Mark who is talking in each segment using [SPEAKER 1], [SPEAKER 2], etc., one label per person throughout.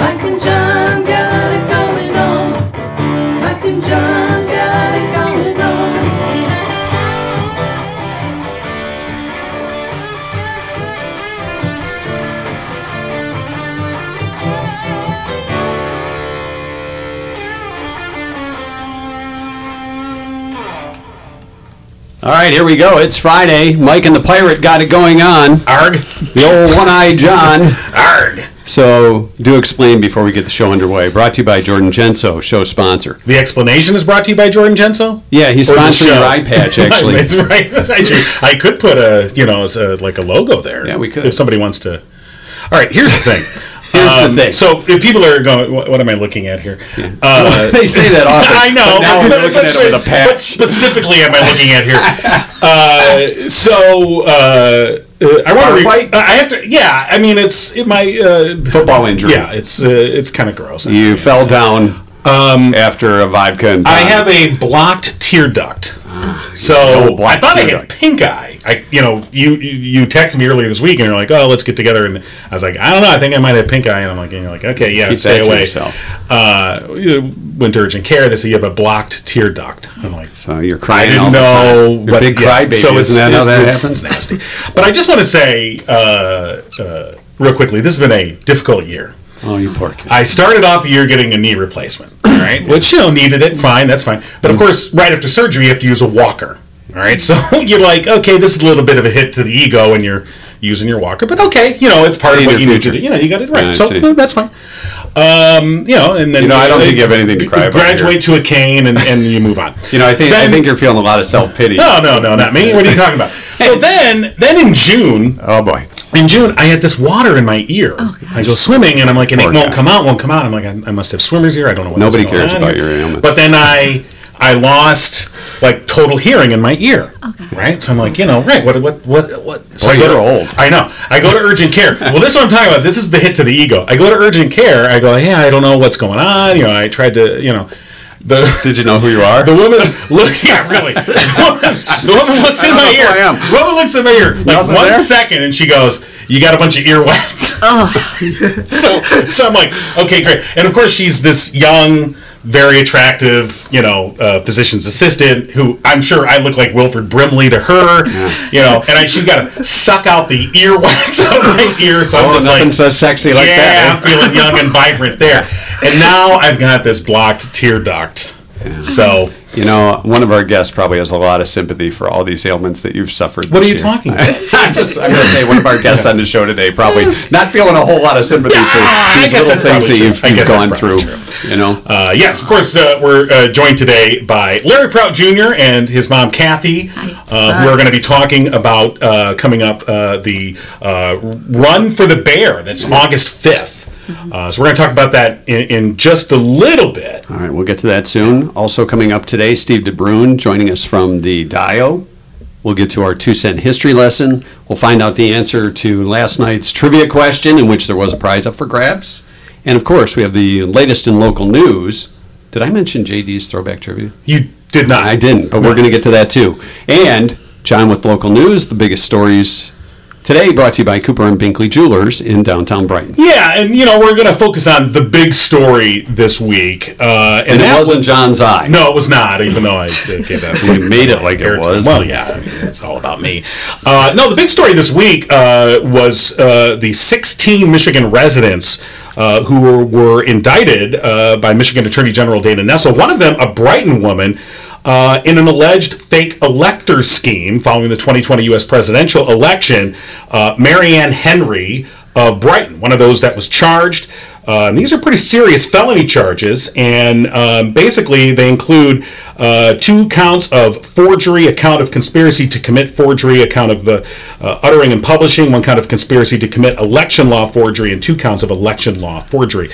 [SPEAKER 1] Mike and John got it going on. Mike and John got it going on.
[SPEAKER 2] All right, here we go. It's Friday. Mike and the Pirate got it going on.
[SPEAKER 3] Arg.
[SPEAKER 2] The old one-eyed John.
[SPEAKER 3] Arg.
[SPEAKER 2] So, do explain before we get the show underway. Brought to you by Jordan Genso, show sponsor.
[SPEAKER 3] The explanation is brought to you by Jordan Genso.
[SPEAKER 2] Yeah, he's
[SPEAKER 3] Or the
[SPEAKER 2] sponsoring your
[SPEAKER 3] show.
[SPEAKER 2] eye patch, actually.
[SPEAKER 3] That's right. That's actually- I could put a you know as a, like a logo there.
[SPEAKER 2] Yeah, we could.
[SPEAKER 3] If somebody wants to. All right. Here's the thing. Um,
[SPEAKER 2] Here's the thing.
[SPEAKER 3] So if people are going, what, what am I looking at here? Uh,
[SPEAKER 2] they say that often.
[SPEAKER 3] I know.
[SPEAKER 2] But now we're looking at it with a
[SPEAKER 3] What
[SPEAKER 2] patch.
[SPEAKER 3] specifically am I looking at here? Uh, so uh, uh, I want to.
[SPEAKER 2] Bar
[SPEAKER 3] Re-
[SPEAKER 2] fight?
[SPEAKER 3] I have to. Yeah. I mean, it's it, my. Uh,
[SPEAKER 2] Football injury.
[SPEAKER 3] yeah. It's uh, it's kind of gross.
[SPEAKER 2] You fell down after a vodka and
[SPEAKER 3] Um, I
[SPEAKER 2] vodka.
[SPEAKER 3] have a blocked tear duct.
[SPEAKER 2] Oh,
[SPEAKER 3] So
[SPEAKER 2] blocked
[SPEAKER 3] I thought I
[SPEAKER 2] tear
[SPEAKER 3] had
[SPEAKER 2] duct.
[SPEAKER 3] pink eye. I, you know, you you you texted me earlier this week and you're like, oh, let's get together, and I was like, I don't know, I think I might have pink eye, and I'm like, and you're like, okay, yeah,
[SPEAKER 2] Keep
[SPEAKER 3] stay
[SPEAKER 2] that to
[SPEAKER 3] away.
[SPEAKER 2] yourself.
[SPEAKER 3] Uh, you know, went to urgent care. They said you have a blocked tear duct. I'm like,
[SPEAKER 2] So you're
[SPEAKER 3] I
[SPEAKER 2] crying all
[SPEAKER 3] didn't
[SPEAKER 2] the
[SPEAKER 3] know.
[SPEAKER 2] time. You're a big
[SPEAKER 3] yeah,
[SPEAKER 2] crybaby.
[SPEAKER 3] So it's,
[SPEAKER 2] Isn't that how
[SPEAKER 3] it's-
[SPEAKER 2] that
[SPEAKER 3] it's- It's
[SPEAKER 2] happens?
[SPEAKER 3] nasty. But I just want to say, uh, uh, real quickly, this has been a difficult year.
[SPEAKER 2] Oh, you poor kid.
[SPEAKER 3] I started off the year getting a knee replacement, all right? Which, you know, needed it, fine, that's fine. But
[SPEAKER 2] Mm.
[SPEAKER 3] of course, right after surgery, you have to use a walker, all right? So you're like, okay, this is a little bit of a hit to the ego and you're using your walker, but okay, you know, it's part
[SPEAKER 2] See
[SPEAKER 3] of what
[SPEAKER 2] the
[SPEAKER 3] you need to
[SPEAKER 2] future.
[SPEAKER 3] do. You know, you got it
[SPEAKER 2] Yeah, I
[SPEAKER 3] right. so
[SPEAKER 2] see.
[SPEAKER 3] no, that's fine. Um, you know, and then.
[SPEAKER 2] You know, I don't think you have anything to cry about
[SPEAKER 3] Graduate to a cane and, and you move on.
[SPEAKER 2] You know, I think I
[SPEAKER 3] Then-
[SPEAKER 2] think you're feeling a lot of self pity.
[SPEAKER 3] No, no, no, not me. What are you talking about? So then, then in June,
[SPEAKER 2] Oh boy.
[SPEAKER 3] in June, I had this water in my ear. I go swimming, and I'm like, and
[SPEAKER 2] Poor
[SPEAKER 3] it won't
[SPEAKER 2] guy.
[SPEAKER 3] come out, won't come out. I'm like, I, I must have swimmer's ear. I don't know what.
[SPEAKER 2] Nobody
[SPEAKER 3] was going
[SPEAKER 2] cares
[SPEAKER 3] on
[SPEAKER 2] about
[SPEAKER 3] here.
[SPEAKER 2] your ailments.
[SPEAKER 3] But then I, I lost like total hearing in my ear. Okay. Right. So I'm like, you know, right? What? What? What? What? So
[SPEAKER 2] Boy,
[SPEAKER 3] I go
[SPEAKER 2] you're
[SPEAKER 3] to-
[SPEAKER 2] old.
[SPEAKER 3] I know. I go to urgent care. well, this is what I'm talking about. This is the hit to the ego. I go to urgent care. I go, hey, I don't know what's going on. You know, I tried to, you know, the
[SPEAKER 2] Did you know who you are?
[SPEAKER 3] the woman looks. Yeah, really. The woman, the woman looks in
[SPEAKER 2] I don't
[SPEAKER 3] my
[SPEAKER 2] know who
[SPEAKER 3] ear.
[SPEAKER 2] I am.
[SPEAKER 3] Woman looks in my ear. Like
[SPEAKER 2] Nothing
[SPEAKER 3] one second,
[SPEAKER 2] there?
[SPEAKER 3] and she goes, "You got a bunch of earwax." so, so I'm like, okay, great. And of course, she's this young, very attractive, you know, uh, physician's assistant who I'm sure I look like Wilfred Brimley to her, you know. And I, she's got to suck out the earwax out of my ear. So I'm
[SPEAKER 2] oh,
[SPEAKER 3] just
[SPEAKER 2] nothing
[SPEAKER 3] like,
[SPEAKER 2] so sexy like
[SPEAKER 3] yeah,
[SPEAKER 2] that. eh?
[SPEAKER 3] I'm feeling young and vibrant there. And now I've got this blocked tear duct. So
[SPEAKER 2] You know, one of our guests probably has a lot of sympathy for all these ailments that you've suffered.
[SPEAKER 3] What are
[SPEAKER 2] this
[SPEAKER 3] you
[SPEAKER 2] year.
[SPEAKER 3] talking about?
[SPEAKER 2] I'm just, I'm going to say one of our guests on the show today probably not feeling a whole lot of sympathy
[SPEAKER 3] Ah,
[SPEAKER 2] for
[SPEAKER 3] I
[SPEAKER 2] these
[SPEAKER 3] guess
[SPEAKER 2] little
[SPEAKER 3] that's
[SPEAKER 2] things
[SPEAKER 3] probably true.
[SPEAKER 2] that you've,
[SPEAKER 3] I
[SPEAKER 2] you've
[SPEAKER 3] guess that's
[SPEAKER 2] gone through.
[SPEAKER 3] probably
[SPEAKER 2] You know,
[SPEAKER 3] Uh, yes, of course, uh, we're uh, joined today by Larry Prout Jr. and his mom, Kathy, uh, who are going to be talking about uh, coming up uh, the uh, Run for the Bear that's August 5th. Uh, so we're going to talk about that in, in just a little bit.
[SPEAKER 2] all right, we'll get to that soon. Also coming up today, Steve DeBruin joining us from the Dio. We'll get to our two cent history lesson. We'll find out the answer to last night's trivia question, in which there was a prize up for grabs. And of course, we have the latest in local news. Did I mention JD's throwback trivia?
[SPEAKER 3] You did not.
[SPEAKER 2] I didn't, but we're going to get to that too. And John with local news, the biggest stories today brought to you by Cooper and Binkley Jewelers in downtown Brighton.
[SPEAKER 3] Yeah, and you know we're going to focus on the big story this week, uh, and,
[SPEAKER 2] And it
[SPEAKER 3] that
[SPEAKER 2] wasn't John's eye.
[SPEAKER 3] was- no, it was not. Even though I did give that,
[SPEAKER 2] You made it like it was.
[SPEAKER 3] Well, yeah, I mean, it's all about me. Uh, no, the big story this week uh, was uh, the 16 Michigan residents uh, who were, were indicted uh, by Michigan Attorney General Dana Nessel. One of them, a Brighton woman. Uh, in an alleged fake elector scheme following the 2020 U.S. presidential election, uh, Marianne Henry of Brighton, one of those that was charged. Uh, and these are pretty serious felony charges, and um, basically they include uh, two counts of forgery, a count of conspiracy to commit forgery, a count of the uh, uttering and publishing, one count of conspiracy to commit election law forgery, and two counts of election law forgery.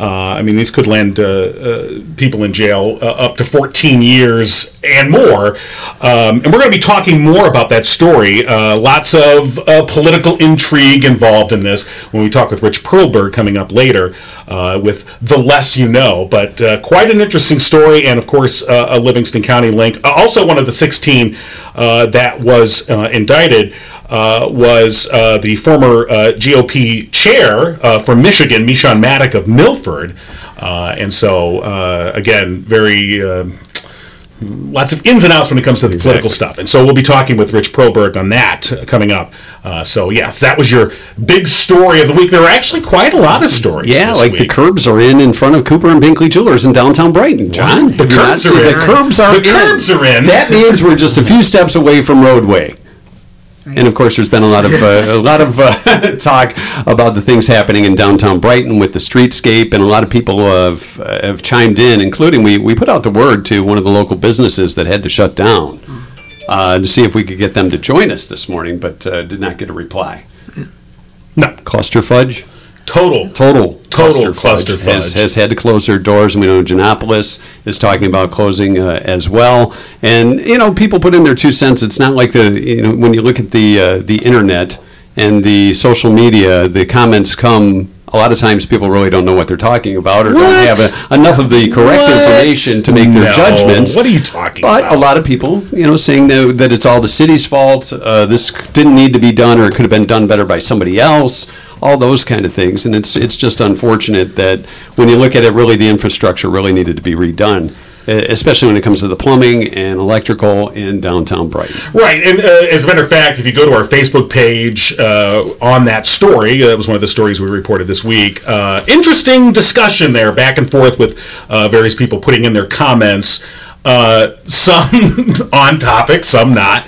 [SPEAKER 3] Uh, I mean, these could land uh, uh, people in jail uh, up to 14 years and more. Um, and we're going to be talking more about that story. Uh, lots of uh, political intrigue involved in this when we talk with Rich Perlberg coming up later uh, with The Less You Know. But uh, quite an interesting story, and of course, uh, a Livingston County link. Uh, Also, one of the 16 uh, that was uh, indicted uh, was uh, the former uh, GOP chair uh, from Michigan, Michon Maddock of Milford. Uh, and so, uh, again, very. um lots of ins and outs when it comes to the political stuff. And so we'll be talking with Rich Proberg on that uh, coming up. Uh, so yes, that was your big story of the week. There were actually quite a lot of stories.
[SPEAKER 2] Yeah,
[SPEAKER 3] this
[SPEAKER 2] like the
[SPEAKER 3] week.
[SPEAKER 2] curbs are in in front of Cooper and Binkley Jewelers in downtown Brighton. John,
[SPEAKER 3] The
[SPEAKER 2] did you not
[SPEAKER 3] curbs
[SPEAKER 2] see-
[SPEAKER 3] are in.
[SPEAKER 2] The curbs are
[SPEAKER 3] The
[SPEAKER 2] in.
[SPEAKER 3] curbs are in.
[SPEAKER 2] That means we're just a few steps away from roadway. And of course, there's been a lot of uh, a lot of uh, talk about the things happening in downtown Brighton with the streetscape, and a lot of people have uh, have chimed in, including we we put out the word to one of the local businesses that had to shut down uh, to see if we could get them to join us this morning, but uh, did not get a reply.
[SPEAKER 3] No.
[SPEAKER 2] cluster fudge
[SPEAKER 3] total
[SPEAKER 2] total
[SPEAKER 3] Total clusterfudge.
[SPEAKER 2] Has, has had to close their doors, and we know Janopolis is talking about closing uh, as well. And you know, people put in their two cents. It's not like the you know when you look at the uh, the internet and the social media, the comments come. A lot of times, people really don't know what they're talking about, or don't have a, enough of the correct
[SPEAKER 3] What?
[SPEAKER 2] information to make their
[SPEAKER 3] No.
[SPEAKER 2] judgments.
[SPEAKER 3] What are you talking
[SPEAKER 2] But
[SPEAKER 3] about?
[SPEAKER 2] a lot of people, you know, saying that, that it's all the city's fault, uh, this c- didn't need to be done, or it could have been done better by somebody else, all those kind of things. And it's, it's just unfortunate that when you look at it, really the infrastructure really needed to be redone, e- especially when it comes to the plumbing and electrical in downtown Brighton.
[SPEAKER 3] Right, and uh, as a matter of fact, if you go to our Facebook page uh, on that story, uh, that was one of the stories we reported this week. Uh, interesting discussion there, back and forth with uh, various people putting in their comments. Uh, some on topic, some not.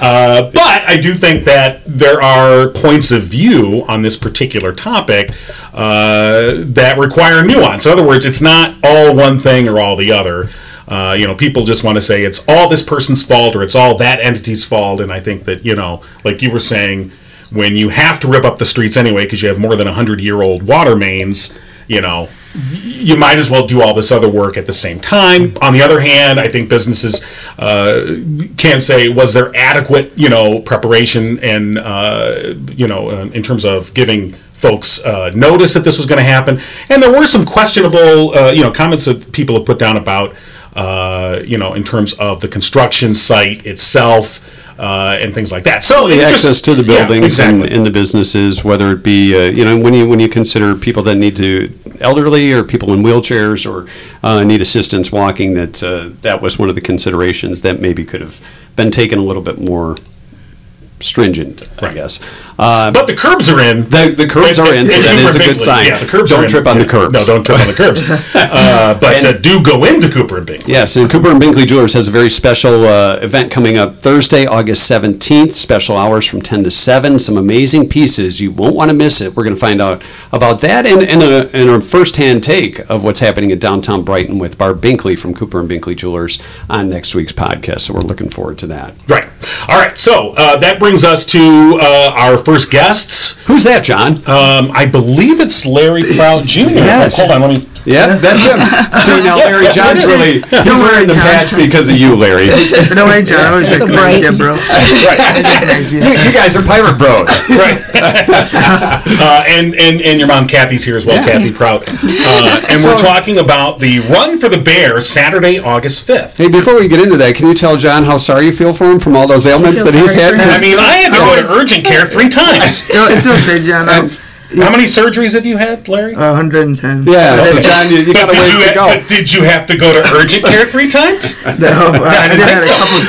[SPEAKER 3] Uh, but I do think that there are points of view on this particular topic uh, that require nuance. In other words, it's not all one thing or all the other. Uh, you know, people just want to say it's all this person's fault or it's all that entity's fault. And I think that, you know, like you were saying, when you have to rip up the streets anyway because you have more than 100 year old water mains, you know, you might as well do all this other work at the same time. On the other hand, I think businesses uh, can't say was there adequate, you know, preparation and uh, you know, um, in terms of giving folks uh, notice that this was going to happen. And there were some questionable, uh, you know, comments that people have put down about, uh, you know, in terms of the construction site itself. Uh, and things like that. So
[SPEAKER 2] the
[SPEAKER 3] it just-
[SPEAKER 2] access to the
[SPEAKER 3] Yeah,
[SPEAKER 2] buildings
[SPEAKER 3] exactly.
[SPEAKER 2] and, and the businesses, whether it be uh, you know when you when you consider people that need to elderly or people in wheelchairs or uh, need assistance walking, that uh, that was one of the considerations that maybe could have been taken a little bit more stringent, I
[SPEAKER 3] Right.
[SPEAKER 2] guess. Uh,
[SPEAKER 3] But the curbs are in.
[SPEAKER 2] The- the curbs are in, so that is a good sign.
[SPEAKER 3] Yeah, the curbs
[SPEAKER 2] Don't
[SPEAKER 3] are in.
[SPEAKER 2] trip on the
[SPEAKER 3] Yeah.
[SPEAKER 2] curbs.
[SPEAKER 3] No, don't trip on the curbs. uh, but uh, do go into Cooper and Binkley.
[SPEAKER 2] Yes, and Cooper and Binkley Jewelers has a very special uh, event coming up Thursday, August 17th. Special hours from 10 to 7. Some amazing pieces. You won't want to miss it. We're going to find out about that and, and, a, and a first-hand take of what's happening in downtown Brighton with Barb Binkley from Cooper and Binkley Jewelers on next week's podcast. So we're looking forward to that.
[SPEAKER 3] Right. All right. So uh, that brings us to uh, our first guests.
[SPEAKER 2] Who's that, John?
[SPEAKER 3] Um, I believe it's Larry Proud Jr.
[SPEAKER 2] Yes.
[SPEAKER 3] Hold on. Let me.
[SPEAKER 2] yeah, that's him. See, now Larry John's really, he's wearing the patch because of you, Larry.
[SPEAKER 4] No way, John. I was so
[SPEAKER 5] So
[SPEAKER 4] bright.
[SPEAKER 5] bright.
[SPEAKER 4] bro.
[SPEAKER 2] You you guys are pirate bros.
[SPEAKER 3] Right. uh, and, and and your mom Kathy's here as well, Kathy Prout. Uh, and we're talking about the Run for the Bear Saturday, August 5th.
[SPEAKER 2] Hey, before we get into that, can you tell John how sorry you feel for him from all those ailments
[SPEAKER 5] feel
[SPEAKER 2] that he's
[SPEAKER 5] sorry
[SPEAKER 2] had?
[SPEAKER 5] for him?
[SPEAKER 3] I mean, I had to go to urgent care three times.
[SPEAKER 4] No, it's okay, John. I'm
[SPEAKER 3] How many surgeries have you had, Larry?
[SPEAKER 2] Uh,
[SPEAKER 4] 110.
[SPEAKER 2] yeah, so John, you, you got a
[SPEAKER 3] did
[SPEAKER 2] ways
[SPEAKER 3] you
[SPEAKER 2] to
[SPEAKER 3] ha-
[SPEAKER 2] go.
[SPEAKER 3] but did you have to go to urgent care three times?
[SPEAKER 4] No, I did that a couple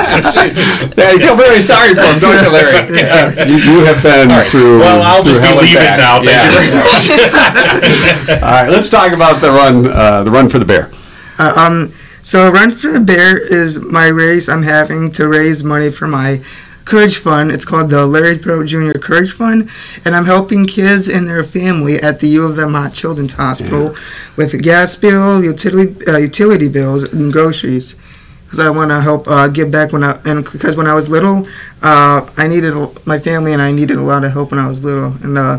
[SPEAKER 4] times.
[SPEAKER 2] Yeah, you feel very sorry for him, don't you, Larry? You, you have been through.
[SPEAKER 3] well, I'll
[SPEAKER 2] through
[SPEAKER 3] just be
[SPEAKER 2] hell and
[SPEAKER 3] leaving
[SPEAKER 2] back.
[SPEAKER 3] now. Thank
[SPEAKER 2] Yeah.
[SPEAKER 3] you very much.
[SPEAKER 2] All right, let's talk about the run. Uh, the run for the bear.
[SPEAKER 4] Uh, um, so Run for the Bear is my race I'm having to raise money for my Courage Fund. It's called the Larry Pro Jr. Courage Fund, and I'm helping kids and their family at the U of M Hot Children's Hospital with a gas bill, utility uh, utility bills, and groceries. Because I want to help uh, give back when I and because when I was little, uh, I needed a- my family and I needed a lot of help when I was little, and uh,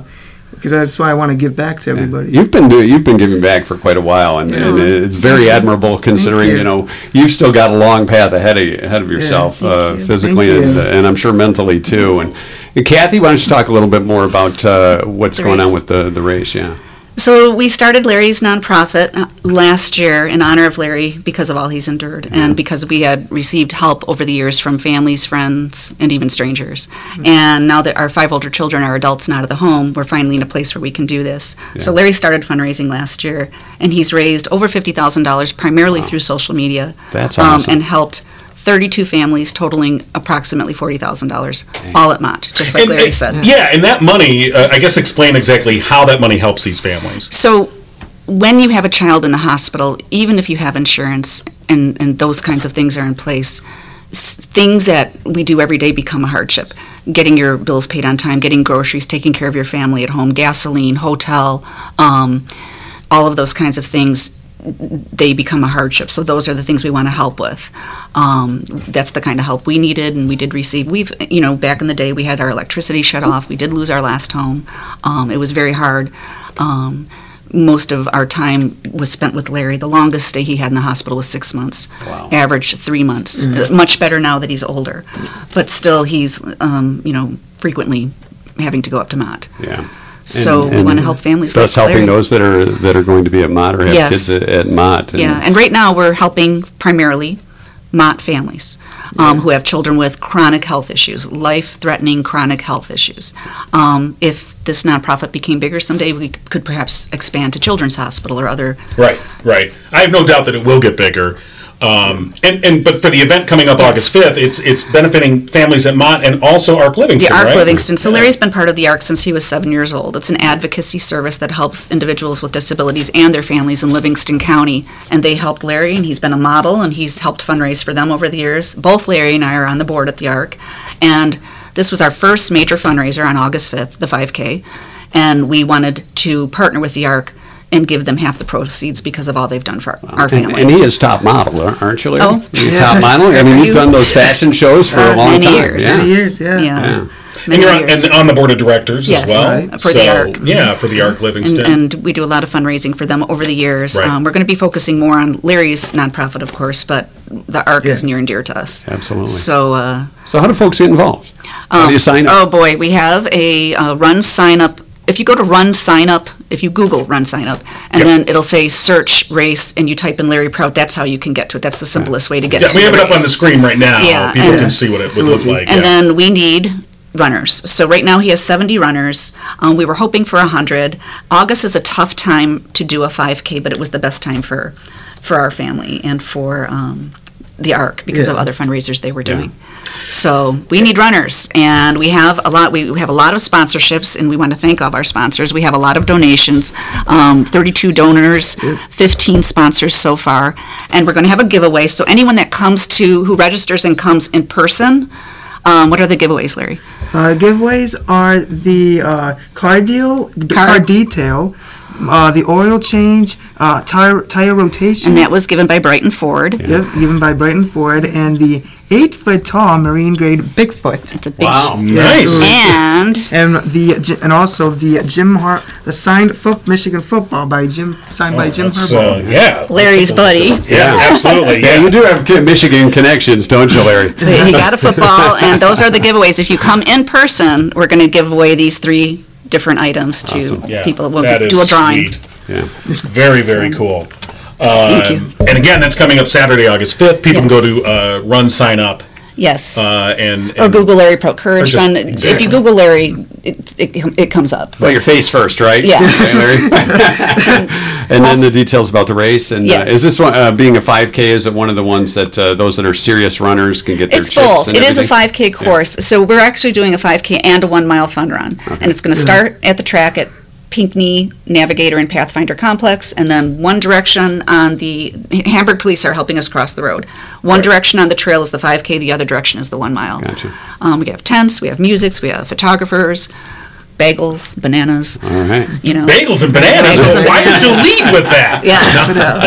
[SPEAKER 4] because that's why I want to give back to everybody.
[SPEAKER 2] You've been doing, you've been giving back for quite a while, and, and
[SPEAKER 4] Yeah.
[SPEAKER 2] it's very admirable considering
[SPEAKER 4] you.
[SPEAKER 2] you. know you've still got a long path ahead of you, ahead of yourself
[SPEAKER 4] thank
[SPEAKER 2] uh,
[SPEAKER 4] you.
[SPEAKER 2] physically
[SPEAKER 4] Thank
[SPEAKER 2] and,
[SPEAKER 4] you.
[SPEAKER 2] and I'm sure mentally too. And, and Kathy, why don't you talk a little bit more about uh, what's
[SPEAKER 5] The
[SPEAKER 2] going on
[SPEAKER 5] race.
[SPEAKER 2] with the the race? Yeah,
[SPEAKER 5] So we started Larry's nonprofit uh, last year in honor of Larry because of all he's endured and because we had received help over the years from families, friends, and even strangers.
[SPEAKER 2] Mm-hmm.
[SPEAKER 5] And now that our five older children are adults and out of the home, we're finally in a place where we can do this. So Larry started fundraising last year, and he's raised over fifty thousand dollars primarily through social media.
[SPEAKER 2] That's
[SPEAKER 5] um,
[SPEAKER 2] awesome.
[SPEAKER 5] And helped. 32 families totaling approximately $40,000 all at Mott, just like
[SPEAKER 3] And-
[SPEAKER 5] Larry
[SPEAKER 3] and-
[SPEAKER 5] said.
[SPEAKER 3] Yeah, and that money, uh, I guess, explain exactly how that money helps these families.
[SPEAKER 5] So, when you have a child in the hospital, even if you have insurance and, and those kinds of things are in place, s- things that we do every day become a hardship. Getting your bills paid on time, getting groceries, taking care of your family at home, gasoline, hotel, um, all of those kinds of things, they become a hardship. So those are the things we want to help with. Um, that's the kind of help we needed, and we did receive. We've, you know, back in the day, we had our electricity shut off. We did lose our last home. Um, it was very hard. Um, most of our time was spent with Larry. The longest stay he had in the hospital was six months,
[SPEAKER 2] Wow.
[SPEAKER 5] average three months. Uh, much better now that he's older, but still he's, um, you know, frequently having to go up to Mott.
[SPEAKER 2] yeah.
[SPEAKER 5] So we
[SPEAKER 2] and
[SPEAKER 5] want to help families.
[SPEAKER 2] Thus,
[SPEAKER 5] like
[SPEAKER 2] helping
[SPEAKER 5] Larry.
[SPEAKER 2] those that are that are going to be at Mott or have
[SPEAKER 5] Yes.
[SPEAKER 2] kids at, at Mott. And,
[SPEAKER 5] Yeah, and right now we're helping primarily Mott families um, who have children with chronic health issues, life-threatening chronic health issues. Um, if this nonprofit became bigger someday, we could perhaps expand to Children's Hospital or other.
[SPEAKER 3] Right, right. I have no doubt that it will get bigger. Um, and, and but for the event coming up August fifth, it's it's benefiting families at Mott and also Arc Livingston.
[SPEAKER 5] The ARC
[SPEAKER 3] right?
[SPEAKER 5] Livingston. So Larry's been part of the ARC since he was seven years old. It's an advocacy service that helps individuals with disabilities and their families in Livingston County. And they helped Larry, and he's been a model, and he's helped fundraise for them over the years. Both Larry and I are on the board at the ARC. And this was our first major fundraiser on August 5th, the 5K. And we wanted to partner with the ARC and give them half the proceeds because of all they've done for our
[SPEAKER 2] And,
[SPEAKER 5] family.
[SPEAKER 2] and he is top model, aren't you, Larry?
[SPEAKER 5] Oh.
[SPEAKER 2] You're top model. I mean,
[SPEAKER 5] Are
[SPEAKER 2] you've
[SPEAKER 5] you-
[SPEAKER 2] done those fashion shows for a long
[SPEAKER 5] Uh, many
[SPEAKER 2] time.
[SPEAKER 5] years.
[SPEAKER 2] Yeah.
[SPEAKER 4] Many years, yeah.
[SPEAKER 5] yeah.
[SPEAKER 3] And
[SPEAKER 5] Many
[SPEAKER 3] you're on,
[SPEAKER 5] years.
[SPEAKER 3] and on the board of directors
[SPEAKER 5] Yes,
[SPEAKER 3] as well.
[SPEAKER 5] Right. for the ARC.
[SPEAKER 3] Yeah, for the Arc Livingston.
[SPEAKER 5] and, and we do a lot of fundraising for them over the years.
[SPEAKER 3] Right.
[SPEAKER 5] Um, we're going to be focusing more on Larry's nonprofit, of course, but the ARC is
[SPEAKER 4] Yeah.
[SPEAKER 5] near and dear to us.
[SPEAKER 2] Absolutely.
[SPEAKER 5] So, uh,
[SPEAKER 2] So how do folks get involved? how do you sign up?
[SPEAKER 5] oh boy, we have a uh, run sign up. If you go to run sign up, if you Google run sign up, and
[SPEAKER 3] Yep.
[SPEAKER 5] then it'll say search race, and you type in Larry Prout, that's how you can get to it. That's the simplest way to get
[SPEAKER 3] yeah,
[SPEAKER 5] to
[SPEAKER 3] we have
[SPEAKER 5] the
[SPEAKER 3] it up on
[SPEAKER 5] race.
[SPEAKER 3] the screen right now.
[SPEAKER 5] Yeah,
[SPEAKER 3] People
[SPEAKER 5] and-
[SPEAKER 3] can see what it would look
[SPEAKER 4] Absolutely.
[SPEAKER 3] like.
[SPEAKER 5] And
[SPEAKER 3] yeah.
[SPEAKER 5] then we need runners. So right now he has 70 runners. Um, we were hoping for 100. August is a tough time to do a 5K, but it was the best time for for our family and for um, the ARC because of
[SPEAKER 4] Yeah.
[SPEAKER 5] other fundraisers they were doing. So we need runners, and we have a lot. We we have a lot of sponsorships, and we want to thank all of our sponsors. We have a lot of donations, um, 32 donors, 15 sponsors so far, and we're going to have a giveaway. So anyone that comes to who registers and comes in person, um, what are the giveaways, Larry?
[SPEAKER 4] Uh, giveaways are the uh, car deal,
[SPEAKER 5] Car-
[SPEAKER 4] car, detail, uh, the oil change, uh, tire tire rotation.
[SPEAKER 5] And that was given by Brighton Ford.
[SPEAKER 4] Yep, given by Brighton Ford and the eight foot tall marine grade Bigfoot,
[SPEAKER 5] It's a big
[SPEAKER 2] wow.
[SPEAKER 3] nice.
[SPEAKER 5] and
[SPEAKER 4] and the J- and also the Jim Har the signed foot Michigan football by Jim signed by Jim
[SPEAKER 3] That's,
[SPEAKER 4] Harbaugh.
[SPEAKER 3] uh, yeah.
[SPEAKER 5] Larry's buddy.
[SPEAKER 3] Yeah, absolutely.
[SPEAKER 2] Yeah, you
[SPEAKER 3] Yeah.
[SPEAKER 2] do have ki- Michigan connections, don't you, Larry?
[SPEAKER 5] He got a football, and those are the giveaways. If you come in person, we're going to give away these three different items to
[SPEAKER 3] Yeah.
[SPEAKER 5] people. We'll
[SPEAKER 3] That
[SPEAKER 5] do
[SPEAKER 3] is
[SPEAKER 5] a drawing.
[SPEAKER 3] sweet.
[SPEAKER 2] Yeah.
[SPEAKER 3] Very, very cool.
[SPEAKER 5] Thank you.
[SPEAKER 3] Um, And again, that's coming up Saturday, August 5th. People can
[SPEAKER 5] Yes.
[SPEAKER 3] go to uh, Run Sign Up
[SPEAKER 5] Yes.
[SPEAKER 3] uh, and,
[SPEAKER 5] or
[SPEAKER 3] and-
[SPEAKER 5] Google Larry Pro Courage
[SPEAKER 3] just-
[SPEAKER 5] Fund. If
[SPEAKER 3] exactly.
[SPEAKER 5] you Google Larry, it, it, it comes up.
[SPEAKER 2] Well, your face first, right?
[SPEAKER 5] Yeah.
[SPEAKER 2] Okay, Larry. and then the details about the race. And
[SPEAKER 5] Yes.
[SPEAKER 2] uh, is this one uh, being a 5K? Is it one of the ones that uh, those that are serious runners can get
[SPEAKER 5] It's
[SPEAKER 2] their chips?
[SPEAKER 5] both.
[SPEAKER 2] and
[SPEAKER 5] It is a
[SPEAKER 2] everything?
[SPEAKER 5] 5K course. So we're actually doing a 5K and a one mile fun run. And it's going to start at the track at Pinckney Navigator and Pathfinder Complex, and then one direction on the Hamburg police are helping us cross the road. One direction on the trail is the 5K, the other direction is the one mile.
[SPEAKER 2] Gotcha.
[SPEAKER 5] Um, we have tents, we have musics, we have photographers. bagels, bananas.
[SPEAKER 2] All right.
[SPEAKER 5] You know,
[SPEAKER 3] Bagels and bananas.
[SPEAKER 5] Bagels and
[SPEAKER 3] Why did you
[SPEAKER 5] bananas.
[SPEAKER 3] lead with that?
[SPEAKER 5] Yeah.
[SPEAKER 2] Oh,
[SPEAKER 5] so-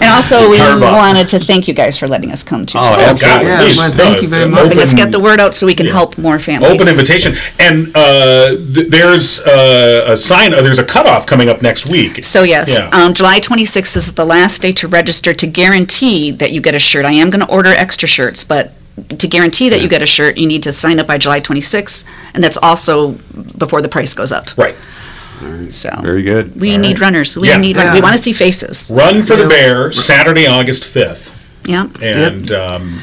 [SPEAKER 5] and also, we
[SPEAKER 3] Carb up.
[SPEAKER 5] wanted to thank you guys for letting us come to.
[SPEAKER 2] Oh,
[SPEAKER 5] today.
[SPEAKER 2] absolutely.
[SPEAKER 4] Yeah,
[SPEAKER 3] please,
[SPEAKER 4] well, thank you very much.
[SPEAKER 3] open-
[SPEAKER 5] Let's get the word out so we can help more families.
[SPEAKER 3] Open invitation, and uh, th- there's uh, a sign. Uh, there's a cutoff coming up next week.
[SPEAKER 5] So yes,
[SPEAKER 3] Yeah.
[SPEAKER 5] um, July 26th is the last day to register to guarantee that you get a shirt. I am going to order extra shirts, but to guarantee that you get a shirt, you need to sign up by July 26th, and that's also before the price goes up.
[SPEAKER 3] Right.
[SPEAKER 5] So
[SPEAKER 2] Very good.
[SPEAKER 5] we need runners. We
[SPEAKER 3] Yeah.
[SPEAKER 5] need. run-
[SPEAKER 4] Yeah.
[SPEAKER 5] We want to see faces.
[SPEAKER 3] Run for the Bear, Saturday, August 5th.
[SPEAKER 5] Yeah.
[SPEAKER 3] And, um,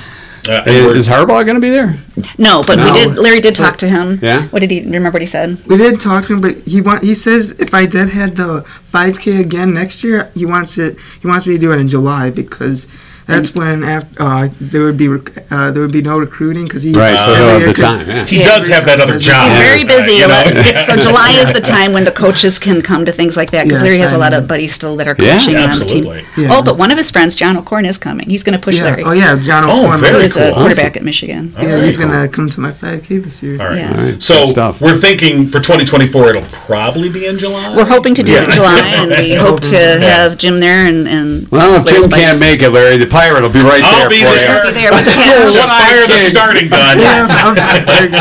[SPEAKER 3] uh, and we're-
[SPEAKER 2] Is Harbaugh going to be there?
[SPEAKER 5] No, but we
[SPEAKER 4] No.
[SPEAKER 5] did. Larry did talk to him.
[SPEAKER 2] Yeah.
[SPEAKER 5] What did he remember? What he said?
[SPEAKER 4] We did talk to him, but he want, he says if I did had the 5K again next year, he wants it. He wants me to do it in July because that's when after, uh, there would be rec- uh, there would be no recruiting because he
[SPEAKER 2] Right, so
[SPEAKER 4] every
[SPEAKER 2] he'll have
[SPEAKER 4] year,
[SPEAKER 2] the
[SPEAKER 4] 'cause
[SPEAKER 2] time, yeah.
[SPEAKER 3] he does have that other job.
[SPEAKER 5] He's very
[SPEAKER 3] uh,
[SPEAKER 5] busy.
[SPEAKER 3] you know?
[SPEAKER 5] but- so July is the time when the coaches can come to things like that because
[SPEAKER 4] Yes,
[SPEAKER 5] Larry has
[SPEAKER 4] I
[SPEAKER 5] a lot
[SPEAKER 4] know.
[SPEAKER 5] of buddies still that are
[SPEAKER 2] Yeah.
[SPEAKER 5] coaching
[SPEAKER 3] Yeah,
[SPEAKER 5] on the team.
[SPEAKER 3] absolutely.
[SPEAKER 4] Yeah.
[SPEAKER 5] Oh, but one of his friends, John O'Corn, is coming. He's going to push
[SPEAKER 4] Yeah.
[SPEAKER 5] Larry.
[SPEAKER 4] Oh yeah, John
[SPEAKER 3] Oh,
[SPEAKER 4] O'Corn.
[SPEAKER 3] very
[SPEAKER 5] who
[SPEAKER 4] yeah,
[SPEAKER 5] is a
[SPEAKER 3] cool.
[SPEAKER 5] quarterback at Michigan.
[SPEAKER 3] All
[SPEAKER 4] he's
[SPEAKER 3] right.
[SPEAKER 4] gonna come to my 5K this year.
[SPEAKER 3] All right.
[SPEAKER 5] Yeah.
[SPEAKER 2] All right.
[SPEAKER 3] So
[SPEAKER 2] good stuff.
[SPEAKER 3] we're thinking for 2024, it'll probably be in July.
[SPEAKER 5] We're hoping to do it in July, and we hope to have Jim there and and.
[SPEAKER 2] Well, if
[SPEAKER 5] Larry's
[SPEAKER 2] Jim can't
[SPEAKER 5] buddies.
[SPEAKER 2] make it, Larry, the pirate will be right
[SPEAKER 3] I'll
[SPEAKER 2] there
[SPEAKER 3] be
[SPEAKER 2] for
[SPEAKER 3] there.
[SPEAKER 2] you.
[SPEAKER 5] He'll be there with the
[SPEAKER 3] We'll
[SPEAKER 5] cans.
[SPEAKER 3] fire the
[SPEAKER 2] kid.
[SPEAKER 3] starting gun.
[SPEAKER 4] okay, very good.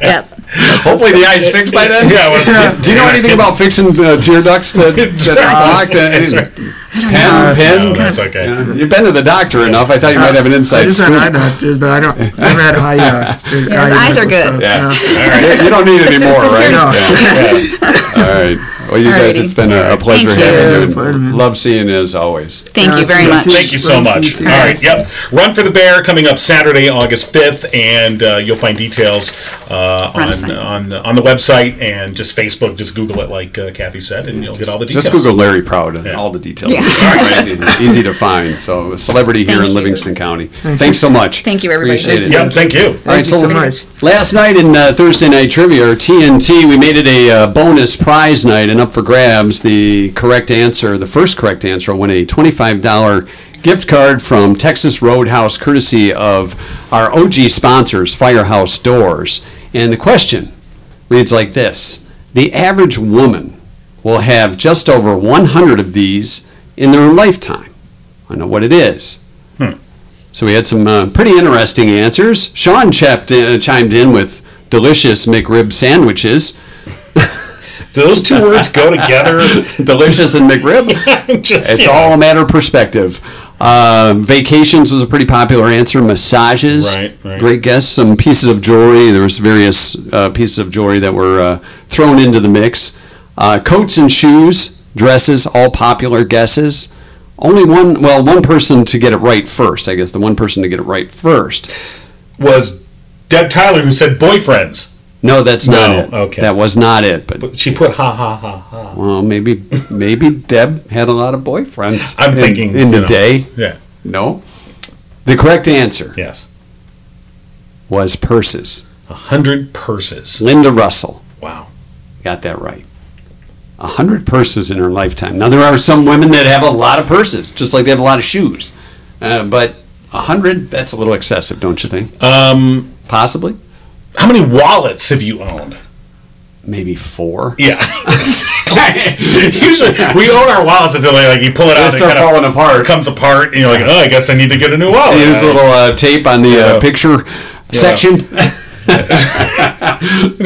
[SPEAKER 5] Yep.
[SPEAKER 2] Hopefully the eye's fixed by then.
[SPEAKER 3] Yeah, well,
[SPEAKER 2] Do you know anything about fixing uh, tear ducts that, that are blocked? Uh,
[SPEAKER 3] That's
[SPEAKER 2] any-
[SPEAKER 3] right.
[SPEAKER 2] Pen,
[SPEAKER 3] No,
[SPEAKER 2] pins?
[SPEAKER 3] that's okay.
[SPEAKER 2] Yeah. You've been to the doctor enough. I thought you might have an
[SPEAKER 4] I
[SPEAKER 2] inside
[SPEAKER 4] just had
[SPEAKER 2] scoop.
[SPEAKER 4] eye doctors, but I don't. I've had eye. Uh, sur-
[SPEAKER 5] Yeah, his
[SPEAKER 4] eye
[SPEAKER 5] eyes are
[SPEAKER 4] medical stuff,
[SPEAKER 5] good.
[SPEAKER 2] Yeah.
[SPEAKER 4] yeah.
[SPEAKER 3] All right.
[SPEAKER 2] You you don't need any
[SPEAKER 5] This is-
[SPEAKER 2] more,
[SPEAKER 5] this is
[SPEAKER 2] right?
[SPEAKER 5] very-
[SPEAKER 4] No.
[SPEAKER 2] All right. Well, you guys,
[SPEAKER 5] Alrighty.
[SPEAKER 2] it's been a, a pleasure
[SPEAKER 5] Thank you.
[SPEAKER 2] having you.
[SPEAKER 4] Yeah,
[SPEAKER 2] and
[SPEAKER 4] fun.
[SPEAKER 2] Love seeing you as always.
[SPEAKER 5] Thank you very
[SPEAKER 4] Yeah,
[SPEAKER 5] much.
[SPEAKER 3] Thank you
[SPEAKER 4] Well,
[SPEAKER 3] so much.
[SPEAKER 4] see
[SPEAKER 3] All
[SPEAKER 4] you too.
[SPEAKER 3] right, yep. Run for the Bear coming up Saturday, August 5th, and uh, you'll find details uh,
[SPEAKER 5] Run
[SPEAKER 3] on,
[SPEAKER 5] sign.
[SPEAKER 3] on, the, on the website and just Facebook. Just Google it, like uh, Kathy said, and you'll get all the details.
[SPEAKER 2] Just Google Larry Proud and
[SPEAKER 3] Yeah.
[SPEAKER 2] all the details. Right? It's easy to find. So, a celebrity here
[SPEAKER 5] Thank
[SPEAKER 2] in
[SPEAKER 5] you.
[SPEAKER 2] Livingston County. Thanks so much.
[SPEAKER 5] Thank you, everybody.
[SPEAKER 2] Appreciate it.
[SPEAKER 3] Yeah, thank you.
[SPEAKER 2] All right,
[SPEAKER 4] Thank you so much.
[SPEAKER 2] Last night in uh, Thursday Night Trivia, or TNT, we made it a uh, bonus prize night, and up for grabs, the correct answer, the first correct answer, will win a $25 gift card from Texas Roadhouse, courtesy of our OG sponsors, Firehouse Doors. And the question reads like this The average woman will have just over 100 of these in their lifetime. I know what it is. So we had some uh, pretty interesting answers. Sean chapped in, uh, chimed in with delicious McRib sandwiches.
[SPEAKER 3] Do those two words go together?
[SPEAKER 2] delicious and McRib?
[SPEAKER 3] just,
[SPEAKER 2] It's
[SPEAKER 3] yeah.
[SPEAKER 2] all a matter of perspective. Uh, vacations was a pretty popular answer. Massages,
[SPEAKER 3] Right, right.
[SPEAKER 2] great guess. Some pieces of jewelry. There was various uh, pieces of jewelry that were uh, thrown into the mix. Uh, coats and shoes, dresses, all popular guesses. Only one, well, one person to get it right first. I guess the one person to get it right first.
[SPEAKER 3] Was Deb Tyler who said boyfriends?
[SPEAKER 2] No, that's not
[SPEAKER 3] No,
[SPEAKER 2] it.
[SPEAKER 3] okay.
[SPEAKER 2] That was not it. But
[SPEAKER 3] But she put ha ha ha ha.
[SPEAKER 2] well, maybe maybe Deb had a lot of boyfriends.
[SPEAKER 3] I'm
[SPEAKER 2] in-
[SPEAKER 3] thinking,
[SPEAKER 2] in the
[SPEAKER 3] you know.
[SPEAKER 2] day.
[SPEAKER 3] Yeah.
[SPEAKER 2] No, the correct answer
[SPEAKER 3] Yes.
[SPEAKER 2] was purses.
[SPEAKER 3] A hundred purses.
[SPEAKER 2] Linda Russell
[SPEAKER 3] Wow.
[SPEAKER 2] got that right. A hundred purses in her lifetime. Now there are some women that have a lot of purses, just like they have a lot of shoes. Uh, but a hundred—that's a little excessive, don't you think?
[SPEAKER 3] Um,
[SPEAKER 2] Possibly,
[SPEAKER 3] how many wallets have you owned?
[SPEAKER 2] maybe four.
[SPEAKER 3] Yeah. Usually we own our wallets until they, like you pull it out
[SPEAKER 2] They
[SPEAKER 3] and
[SPEAKER 2] start
[SPEAKER 3] it kinda
[SPEAKER 2] falling apart.
[SPEAKER 3] Comes apart and you're like, oh, I guess I need to get a new wallet.
[SPEAKER 2] Use a little uh, tape on the
[SPEAKER 3] Yeah.
[SPEAKER 2] uh, picture section.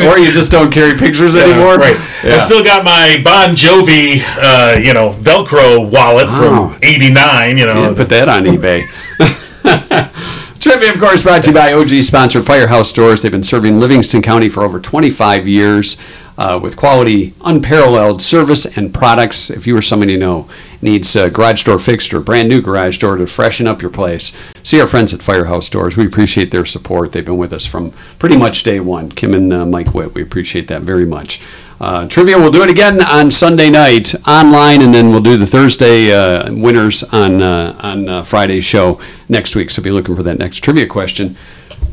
[SPEAKER 2] or you just don't carry pictures
[SPEAKER 3] Yeah,
[SPEAKER 2] anymore.
[SPEAKER 3] Right.
[SPEAKER 2] Yeah.
[SPEAKER 3] I still got my Bon Jovi, uh, you know, Velcro wallet
[SPEAKER 2] Wow.
[SPEAKER 3] from '89. You know,
[SPEAKER 2] Oh. Yeah, put that on eBay. Trivia, of course, brought to you by OG sponsor Firehouse Doors. They've been serving Livingston County for over 25 years uh, with quality, unparalleled service and products. If you or somebody you know needs a garage door fixed or brand new garage door to freshen up your place, see our friends at Firehouse Doors. We appreciate their support. They've been with us from pretty much day one. Kim and uh, Mike Witt, we appreciate that very much. Uh, trivia, we'll do it again on Sunday night online, and then we'll do the Thursday uh, winners on uh, on uh, Friday's show next week. So be looking for that next trivia question.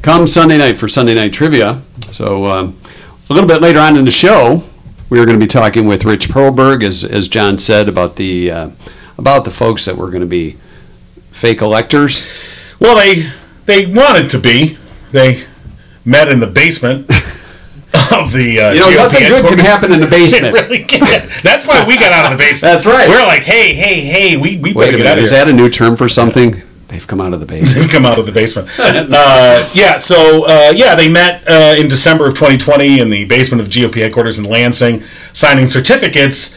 [SPEAKER 2] Come Sunday night for Sunday night trivia. So um, a little bit later on in the show, we are going to be talking with Rich Perlberg, as as John said about the uh, about the folks that were going to be fake electors.
[SPEAKER 3] well, they they wanted to be. They met in the basement. love the uh,
[SPEAKER 2] You know,
[SPEAKER 3] GOP
[SPEAKER 2] nothing good can
[SPEAKER 3] headquarters.
[SPEAKER 2] happen in the
[SPEAKER 3] It
[SPEAKER 2] basement.
[SPEAKER 3] really can. That's why we got out of the basement.
[SPEAKER 2] That's right.
[SPEAKER 3] We're like, hey, hey, hey, we, we
[SPEAKER 2] Wait
[SPEAKER 3] better
[SPEAKER 2] a
[SPEAKER 3] get out
[SPEAKER 2] minute,
[SPEAKER 3] of
[SPEAKER 2] is
[SPEAKER 3] here.
[SPEAKER 2] that a new term for something? They've come out of the basement.
[SPEAKER 3] come out of the basement. Uh, yeah, so uh, yeah, they met uh, in December of 2020 in the basement of GOP headquarters in Lansing, signing certificates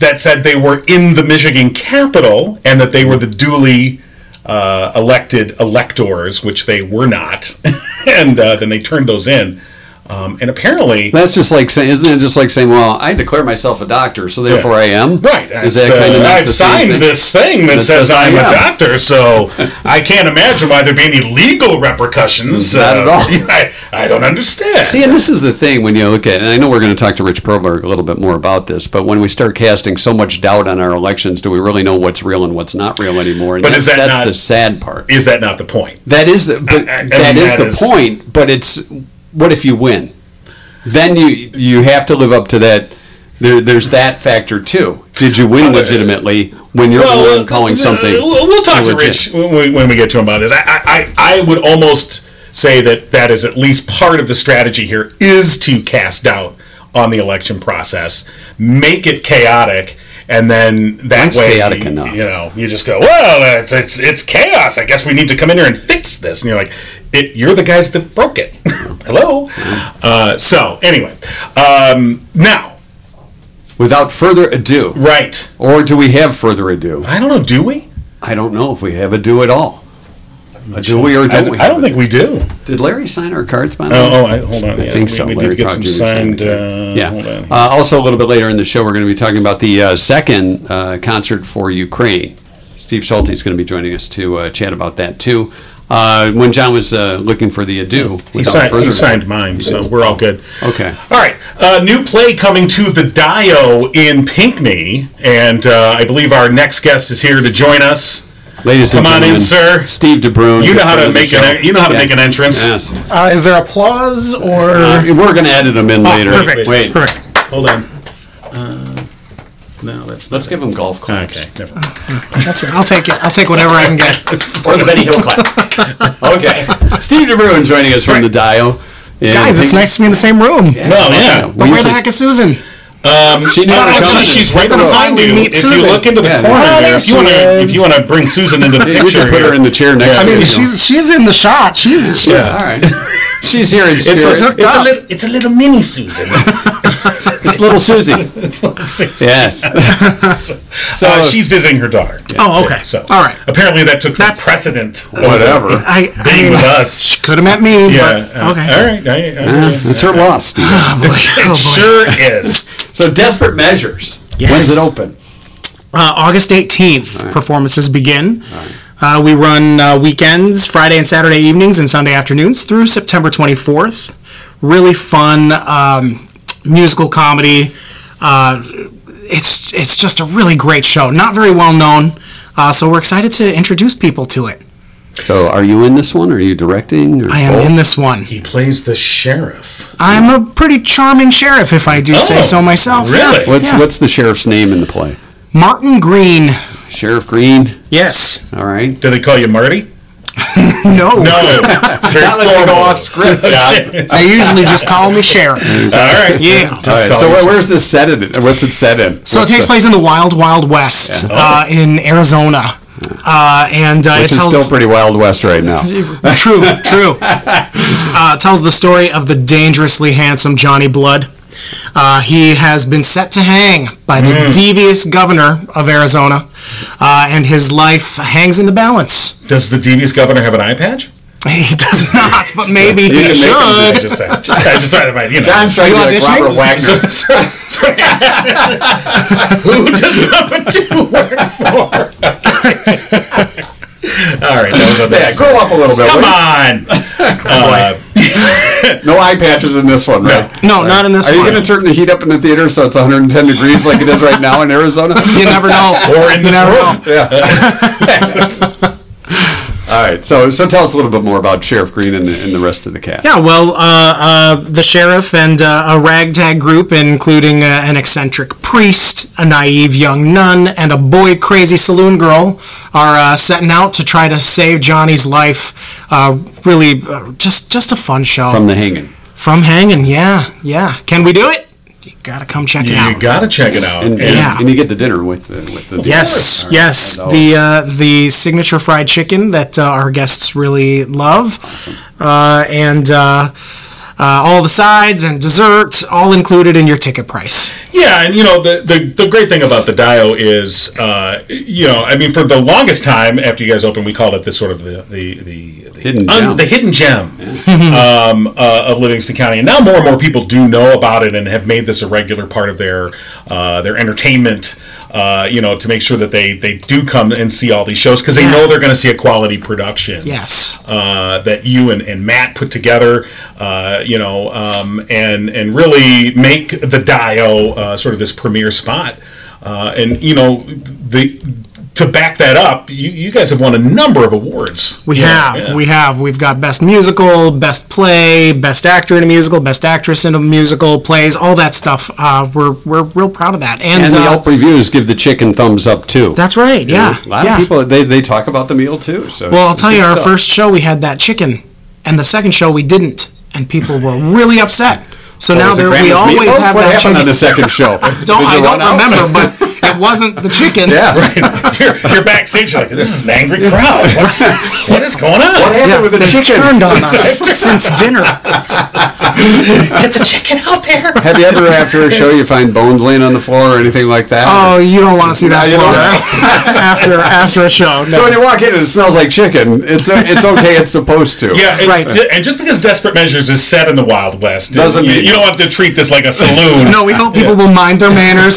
[SPEAKER 3] that said they were in the Michigan capital and that they were the duly uh, elected electors, which they were not. and uh, then they turned those in. Um, and apparently,
[SPEAKER 2] That's just like saying, isn't it just like saying, well, I declare myself a doctor, so therefore I am?
[SPEAKER 3] Right.
[SPEAKER 2] Is
[SPEAKER 3] It's,
[SPEAKER 2] that
[SPEAKER 3] uh,
[SPEAKER 2] kind of not
[SPEAKER 3] I've
[SPEAKER 2] the same
[SPEAKER 3] signed
[SPEAKER 2] thing?
[SPEAKER 3] this thing that,
[SPEAKER 2] That
[SPEAKER 3] says,
[SPEAKER 2] says I
[SPEAKER 3] I'm a
[SPEAKER 2] am.
[SPEAKER 3] doctor, so I can't imagine why there'd be any legal repercussions. uh,
[SPEAKER 2] Not at all.
[SPEAKER 3] I, I don't understand.
[SPEAKER 2] See, and this is the thing when you look at, and I know we're going to talk to Rich Probler a little bit more about this, but when we start casting so much doubt on our elections, do we really know what's real and what's not real anymore? And
[SPEAKER 3] But
[SPEAKER 2] that's,
[SPEAKER 3] is that
[SPEAKER 2] that's
[SPEAKER 3] not-
[SPEAKER 2] the sad part.
[SPEAKER 3] is that not the point?
[SPEAKER 2] That is, the, but
[SPEAKER 3] I- I mean,
[SPEAKER 2] that is
[SPEAKER 3] that
[SPEAKER 2] the
[SPEAKER 3] is-
[SPEAKER 2] point. But it's what if you win? Then you you have to live up to that. There, there's that factor too. Did you win legitimately when you're the one
[SPEAKER 3] uh,
[SPEAKER 2] calling
[SPEAKER 3] uh,
[SPEAKER 2] something?
[SPEAKER 3] We'll, we'll talk to
[SPEAKER 2] illegit?
[SPEAKER 3] Rich when we, when we get to him about this. I, I, I I would almost say that that is at least part of the strategy here is to cast doubt on the election process, make it chaotic. And then that
[SPEAKER 2] That's
[SPEAKER 3] way,
[SPEAKER 2] chaotic
[SPEAKER 3] you,
[SPEAKER 2] enough.
[SPEAKER 3] you know, you just go, well, it's, it's it's chaos. I guess we need to come in here and fix this. And you're like, it, you're the guys that broke it. Hello. Uh, so anyway, um, now,
[SPEAKER 2] Without further ado,
[SPEAKER 3] right?
[SPEAKER 2] or do we have further ado?
[SPEAKER 3] I don't know. Do we?
[SPEAKER 2] I don't know if we have a do at all. A do we or
[SPEAKER 3] I,
[SPEAKER 2] don't we?
[SPEAKER 3] I
[SPEAKER 2] have
[SPEAKER 3] don't
[SPEAKER 2] a
[SPEAKER 3] think we do.
[SPEAKER 2] Did Larry sign our cards by the way?
[SPEAKER 3] Oh, oh I, hold on.
[SPEAKER 2] I think so.
[SPEAKER 3] We, we
[SPEAKER 2] Larry
[SPEAKER 3] did get some
[SPEAKER 2] Crocker signed
[SPEAKER 3] signed.
[SPEAKER 2] it.
[SPEAKER 3] Uh,
[SPEAKER 2] yeah.
[SPEAKER 3] Hold on.
[SPEAKER 2] Uh, also, a little bit later in the show, we're going to be talking about the uh, second uh, concert for Ukraine. Steve Schulte is going to be joining us to uh, chat about that too. Uh, when John was uh, looking for the ado,
[SPEAKER 3] he
[SPEAKER 2] without
[SPEAKER 3] signed,
[SPEAKER 2] further
[SPEAKER 3] he
[SPEAKER 2] ado-
[SPEAKER 3] signed mine, so we're all good.
[SPEAKER 2] Okay.
[SPEAKER 3] All right. Uh, new play coming to the Dio in Pinckney, and uh, I believe our next guest is here to join us.
[SPEAKER 2] Ladies and
[SPEAKER 3] Come on in,
[SPEAKER 2] gentlemen,
[SPEAKER 3] sir.
[SPEAKER 2] Steve DeBruin.
[SPEAKER 3] You know how to
[SPEAKER 2] friend of the
[SPEAKER 3] make an-
[SPEAKER 2] show.
[SPEAKER 3] you know how to make an entrance.
[SPEAKER 2] Yes.
[SPEAKER 6] Uh, is there applause or? Oh,
[SPEAKER 2] Uh, we're going to edit him in later.
[SPEAKER 6] perfect.
[SPEAKER 2] Wait.
[SPEAKER 6] Perfect.
[SPEAKER 3] Hold on. no, that's
[SPEAKER 2] Let's give him golf claps.
[SPEAKER 3] Okay. Never.
[SPEAKER 6] That's it. I'll take it. I'll take whatever I can get.
[SPEAKER 2] Or the Benny Hill clap. okay. Steve DeBruin joining us from the Dio. And
[SPEAKER 6] Guys, it's
[SPEAKER 2] thank-
[SPEAKER 6] nice to be in the same room.
[SPEAKER 3] No, yeah.
[SPEAKER 2] We
[SPEAKER 6] But where the
[SPEAKER 2] usually-
[SPEAKER 6] heck is Susan?
[SPEAKER 2] She knew
[SPEAKER 3] Uh,
[SPEAKER 2] how to come
[SPEAKER 3] actually,
[SPEAKER 2] in.
[SPEAKER 3] she's right
[SPEAKER 6] Let's go
[SPEAKER 3] behind
[SPEAKER 6] finally
[SPEAKER 3] you.
[SPEAKER 6] meet
[SPEAKER 3] if
[SPEAKER 6] Susan.
[SPEAKER 3] you look into the
[SPEAKER 2] Yeah,
[SPEAKER 3] corner,
[SPEAKER 2] there
[SPEAKER 3] there, if
[SPEAKER 6] she
[SPEAKER 3] you want to,
[SPEAKER 6] is.
[SPEAKER 3] if you want to bring Susan into the
[SPEAKER 2] Yeah,
[SPEAKER 3] picture,
[SPEAKER 2] we can put her
[SPEAKER 3] here.
[SPEAKER 2] in the chair next
[SPEAKER 3] Yeah.
[SPEAKER 2] to
[SPEAKER 6] I mean,
[SPEAKER 2] you.
[SPEAKER 6] she's she's in the shot. She's she's
[SPEAKER 2] All right. She's here in
[SPEAKER 3] It's
[SPEAKER 2] spirit.
[SPEAKER 3] a,
[SPEAKER 6] hooked
[SPEAKER 3] it's a
[SPEAKER 6] up.
[SPEAKER 3] little, it's a little mini Susan.
[SPEAKER 2] It's little Susie. Yes.
[SPEAKER 3] So uh, she's visiting her daughter.
[SPEAKER 6] Oh, okay.
[SPEAKER 3] So
[SPEAKER 6] All right.
[SPEAKER 3] Apparently, that took some
[SPEAKER 6] That's-
[SPEAKER 3] precedent.
[SPEAKER 2] Whatever.
[SPEAKER 3] over
[SPEAKER 6] I, I
[SPEAKER 3] Being with us.
[SPEAKER 6] She could have met me.
[SPEAKER 3] Yeah. uh,
[SPEAKER 6] But, okay.
[SPEAKER 3] All right. I, I,
[SPEAKER 2] That's her loss, Steve.
[SPEAKER 6] Oh, boy.
[SPEAKER 3] Sure is.
[SPEAKER 2] So desperate measures. When's it open?
[SPEAKER 6] Uh, August 18th, performances begin. Uh, we run uh, weekends, Friday and Saturday evenings, and Sunday afternoons through September 24th. Really fun um, musical comedy. Uh, it's it's just a really great show. Not very well known, uh, so we're excited to introduce people to it.
[SPEAKER 2] So are you in this one? Are you directing? Or
[SPEAKER 6] I
[SPEAKER 3] Oh.
[SPEAKER 6] am in this one.
[SPEAKER 3] He plays the sheriff.
[SPEAKER 6] I'm a pretty charming sheriff, if I do
[SPEAKER 3] Oh,
[SPEAKER 6] say so myself. Yeah.
[SPEAKER 3] really?
[SPEAKER 2] What's
[SPEAKER 6] Yeah.
[SPEAKER 2] What's the sheriff's name in the play?
[SPEAKER 6] Martin Green.
[SPEAKER 2] Sheriff Green.
[SPEAKER 6] Yes.
[SPEAKER 2] All right.
[SPEAKER 3] Do they call you Marty? No.
[SPEAKER 6] No.
[SPEAKER 3] Very formal.
[SPEAKER 2] script.
[SPEAKER 6] They usually just call me sheriff.
[SPEAKER 3] All right.
[SPEAKER 6] Yeah.
[SPEAKER 3] Just call
[SPEAKER 2] So
[SPEAKER 3] him
[SPEAKER 2] where- where's this set in? What's it set in?
[SPEAKER 6] So it
[SPEAKER 2] What's
[SPEAKER 6] takes
[SPEAKER 2] the-
[SPEAKER 6] place in the wild, wild west uh, in Arizona, uh, and uh,
[SPEAKER 2] Which
[SPEAKER 6] it
[SPEAKER 2] is
[SPEAKER 6] tells
[SPEAKER 2] still pretty wild west right now.
[SPEAKER 6] true, true. Uh, it tells the story of the dangerously handsome Johnny Blood. Uh, he has been set to hang by the
[SPEAKER 3] Hmm.
[SPEAKER 6] devious governor of Arizona, uh, and his life hangs in the balance.
[SPEAKER 3] Does the devious governor have an eye patch?
[SPEAKER 6] He does not, but maybe
[SPEAKER 2] can
[SPEAKER 6] he
[SPEAKER 2] make him
[SPEAKER 6] should.
[SPEAKER 2] do
[SPEAKER 3] I just said. I just thought it might. You know.
[SPEAKER 2] John's trying to
[SPEAKER 6] You
[SPEAKER 2] be like Robert
[SPEAKER 6] auditioning?
[SPEAKER 2] Wagner.
[SPEAKER 3] So- so- so- Who does number two work for? All right, that was a
[SPEAKER 2] Yeah, grow up a little bit.
[SPEAKER 3] Come
[SPEAKER 2] will you?
[SPEAKER 3] on. Uh,
[SPEAKER 2] No eye patches in this one, right?
[SPEAKER 6] no, not in this
[SPEAKER 2] Are you
[SPEAKER 6] one.
[SPEAKER 2] going to turn the heat up in the theater so it's 110 degrees like it is right now in Arizona?
[SPEAKER 6] you never know.
[SPEAKER 3] or in
[SPEAKER 6] you
[SPEAKER 3] this
[SPEAKER 6] never
[SPEAKER 3] room.
[SPEAKER 6] know.
[SPEAKER 2] All right. So, so tell us a little bit more about Sheriff Green and the, and the rest of the cast.
[SPEAKER 6] Yeah, well, uh, uh, the sheriff and uh, a ragtag group, including uh, an eccentric priest, a naive young nun, and a boy crazy saloon girl, are uh, setting out to try to save Johnny's life. Uh, really, uh, just just a fun show.
[SPEAKER 2] From the hanging.
[SPEAKER 6] From hanging, yeah, yeah. Can we do it? You gotta come check it
[SPEAKER 3] You
[SPEAKER 6] out.
[SPEAKER 3] got to check it out.
[SPEAKER 2] And,
[SPEAKER 3] And-
[SPEAKER 6] Yeah.
[SPEAKER 2] and, and you get the dinner with the, with the
[SPEAKER 6] Yes,
[SPEAKER 2] All right,
[SPEAKER 6] yes.
[SPEAKER 2] $10.
[SPEAKER 6] The uh, the signature fried chicken that uh, our guests really love, uh, and uh, uh, all the sides and dessert, all included in your ticket price.
[SPEAKER 3] Yeah, and you know the, the the great thing about the Dio is, uh, you know, I mean, for the longest time after you guys opened, we called it this sort of the the the, the
[SPEAKER 2] Hidden gem.
[SPEAKER 3] the hidden gem um, uh, of Livingston County, and now more and more people do know about it and have made this a regular part of their uh, their entertainment. Uh, you know, to make sure that they they do come and see all these shows because they
[SPEAKER 6] Yeah.
[SPEAKER 3] know they're going to see a quality production
[SPEAKER 6] Yes.
[SPEAKER 3] uh, that you and, and Matt put together, uh, you know, um, and and really make the Dio uh, sort of this premier spot. Uh, and you know, the to back that up, you, you guys have won a number of awards.
[SPEAKER 6] We
[SPEAKER 3] Yeah,
[SPEAKER 6] have,
[SPEAKER 3] yeah.
[SPEAKER 6] we have. We've got best musical, best play, best actor in a musical, best actress in a musical, plays, all that stuff. Uh, we're we're real proud of that. And,
[SPEAKER 2] And the
[SPEAKER 6] uh,
[SPEAKER 2] Yelp reviews give the chicken thumbs up too.
[SPEAKER 6] that's right.
[SPEAKER 2] You know,
[SPEAKER 6] Yeah.
[SPEAKER 2] a lot
[SPEAKER 6] yeah.
[SPEAKER 2] of people they, they talk about the meal too. So
[SPEAKER 6] Well,
[SPEAKER 2] it's-
[SPEAKER 6] I'll tell you,
[SPEAKER 2] it's
[SPEAKER 6] our
[SPEAKER 2] good stuff.
[SPEAKER 6] first show we had that chicken, and the second show we didn't, and people were really upset. So
[SPEAKER 2] Oh,
[SPEAKER 6] now
[SPEAKER 2] was it
[SPEAKER 6] there, we
[SPEAKER 2] Grandma's meat?
[SPEAKER 6] always
[SPEAKER 2] Oh,
[SPEAKER 6] have
[SPEAKER 2] what
[SPEAKER 6] that
[SPEAKER 2] happened
[SPEAKER 6] chicken.
[SPEAKER 2] on the second show.
[SPEAKER 6] don't,
[SPEAKER 2] Did
[SPEAKER 6] I
[SPEAKER 2] you
[SPEAKER 6] don't
[SPEAKER 2] run out?
[SPEAKER 6] remember, but it wasn't the chicken.
[SPEAKER 2] Yeah.
[SPEAKER 3] you're, you're backstage like this is an angry crowd. What's, what is going on?
[SPEAKER 2] What happened with the
[SPEAKER 6] They
[SPEAKER 2] chicken?
[SPEAKER 6] turned on us since dinner.
[SPEAKER 3] Get the chicken out there.
[SPEAKER 2] Have you ever, after a show, you find bones laying on the floor or anything like that?
[SPEAKER 6] Oh, you don't want to see that
[SPEAKER 2] you
[SPEAKER 6] floor
[SPEAKER 2] don't.
[SPEAKER 6] after after a show. No.
[SPEAKER 2] so when you walk in and it smells like chicken, it's uh, it's okay. It's supposed to.
[SPEAKER 3] Yeah, and,
[SPEAKER 6] Right.
[SPEAKER 3] and just because Desperate Measures is set in the Wild West,
[SPEAKER 2] Doesn't
[SPEAKER 3] you,
[SPEAKER 2] mean-
[SPEAKER 3] you don't have to treat this like a saloon.
[SPEAKER 6] No, we hope people will mind their manners.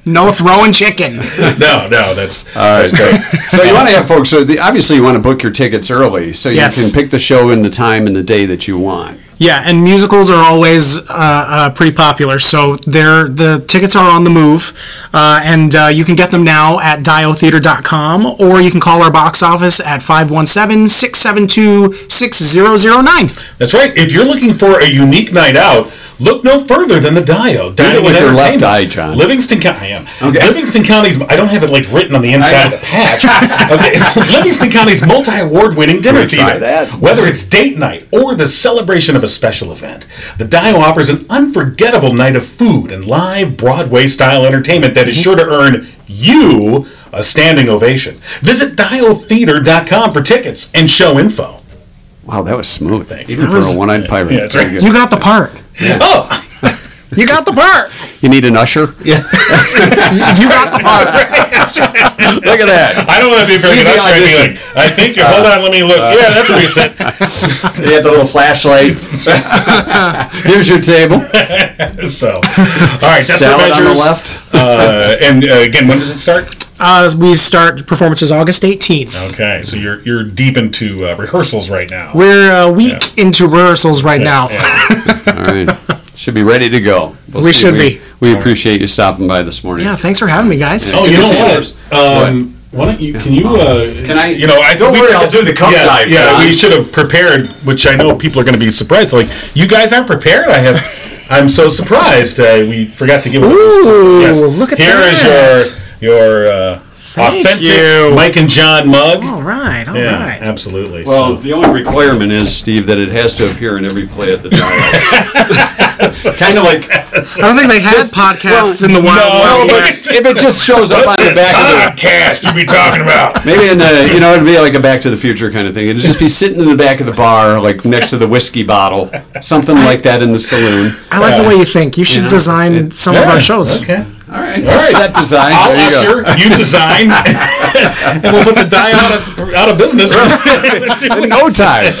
[SPEAKER 6] no throwing chicken.
[SPEAKER 3] no, no, that's that's great.
[SPEAKER 2] So you want to have folks. So the, obviously you want to book your tickets early, so you
[SPEAKER 6] Yes.
[SPEAKER 2] can pick the show and the time and the day that you want.
[SPEAKER 6] Yeah, and musicals are always uh, uh, pretty popular, so they're the tickets are on the move, uh, and uh, you can get them now at diotheater.com, or you can call our box office at 517-672-6009.
[SPEAKER 3] That's right. If you're looking for a unique night out, look no further than the Dio. Dining
[SPEAKER 2] it with
[SPEAKER 3] and
[SPEAKER 2] your left
[SPEAKER 3] entertainment.
[SPEAKER 2] eye, John.
[SPEAKER 3] Uh, Livingston County. I am.
[SPEAKER 2] Okay.
[SPEAKER 3] Livingston County's. I don't have it like written on the inside of the patch. okay. Livingston County's multi-award-winning dinner
[SPEAKER 2] Can we try
[SPEAKER 3] theater.
[SPEAKER 2] that?
[SPEAKER 3] Whether it's date night or the celebration of a special event, the Dio offers an unforgettable night of food and live Broadway-style entertainment that is sure to earn you a standing ovation. Visit diotheater.com for tickets and show info.
[SPEAKER 2] Wow, that was smooth.
[SPEAKER 3] you.
[SPEAKER 2] Even
[SPEAKER 3] That
[SPEAKER 2] for
[SPEAKER 3] was-
[SPEAKER 2] a one-eyed pirate.
[SPEAKER 3] Yeah, that's
[SPEAKER 2] Very
[SPEAKER 3] right.
[SPEAKER 2] good.
[SPEAKER 6] You got the part.
[SPEAKER 3] Oh.
[SPEAKER 6] You got the part.
[SPEAKER 2] You need an usher. Yeah.
[SPEAKER 6] You got the part.
[SPEAKER 2] Look at that.
[SPEAKER 3] I don't know if you're very good.
[SPEAKER 2] Easy
[SPEAKER 3] I'd be
[SPEAKER 2] audition. Uh,
[SPEAKER 3] like, I think you're. Hold on, let me look. yeah, that's what he said.
[SPEAKER 2] They had the little flashlights. Here's your table.
[SPEAKER 3] So, all right, that's the
[SPEAKER 2] Salad
[SPEAKER 3] measures.
[SPEAKER 2] on the left.
[SPEAKER 3] Uh, and uh, again, when does it start?
[SPEAKER 6] Uh, we start performances August 18th.
[SPEAKER 3] Okay, so you're you're deep into uh, rehearsals right now.
[SPEAKER 6] We're a week into rehearsals right now.
[SPEAKER 3] Yeah.
[SPEAKER 2] All right. Should be ready to go. We'll
[SPEAKER 6] We
[SPEAKER 2] see.
[SPEAKER 6] should
[SPEAKER 2] we,
[SPEAKER 6] be.
[SPEAKER 2] We appreciate you stopping by this morning.
[SPEAKER 6] Yeah, thanks for having me, guys.
[SPEAKER 3] Oh, you
[SPEAKER 2] Good
[SPEAKER 3] know
[SPEAKER 2] to see
[SPEAKER 3] what? Um, Why don't you? Can you? Uh,
[SPEAKER 2] Can I-
[SPEAKER 3] You know, I
[SPEAKER 2] Don't
[SPEAKER 3] we
[SPEAKER 2] worry,
[SPEAKER 3] could-
[SPEAKER 2] I'll do the cup
[SPEAKER 3] yeah,
[SPEAKER 2] dive,
[SPEAKER 3] Yeah,
[SPEAKER 2] John.
[SPEAKER 3] we should have prepared, which I know people are going to be surprised. Like you guys aren't prepared. I have. I'm so surprised. Uh, we forgot to give.
[SPEAKER 6] Ooh, look at
[SPEAKER 3] Here is
[SPEAKER 6] that.
[SPEAKER 3] your your uh, authentic
[SPEAKER 6] you.
[SPEAKER 3] Mike and John mug.
[SPEAKER 6] All right, all right.
[SPEAKER 3] yeah, absolutely.
[SPEAKER 2] Well,
[SPEAKER 3] so.
[SPEAKER 2] the only requirement is, Steve, that it has to appear in every play at the time. kind of like
[SPEAKER 6] I don't think they had podcasts in the wild.
[SPEAKER 3] no,
[SPEAKER 6] Wild
[SPEAKER 3] but-
[SPEAKER 6] West.
[SPEAKER 2] if it just shows up on the
[SPEAKER 3] This
[SPEAKER 2] back of the
[SPEAKER 3] podcast you be talking about.
[SPEAKER 2] maybe in the you know it'd be like a Back to the Future kind of thing. It'd just be sitting in the back of the bar, like next to the whiskey bottle, something like that in the saloon.
[SPEAKER 6] I like the way you think. You should
[SPEAKER 2] know,
[SPEAKER 6] design some of
[SPEAKER 3] Yeah,
[SPEAKER 6] our shows.
[SPEAKER 3] Okay.
[SPEAKER 2] All right,
[SPEAKER 3] All right.
[SPEAKER 2] set design.
[SPEAKER 3] I'll
[SPEAKER 2] there you go.
[SPEAKER 3] usher, you design, and we'll put the die out of, out of business.
[SPEAKER 2] In no time.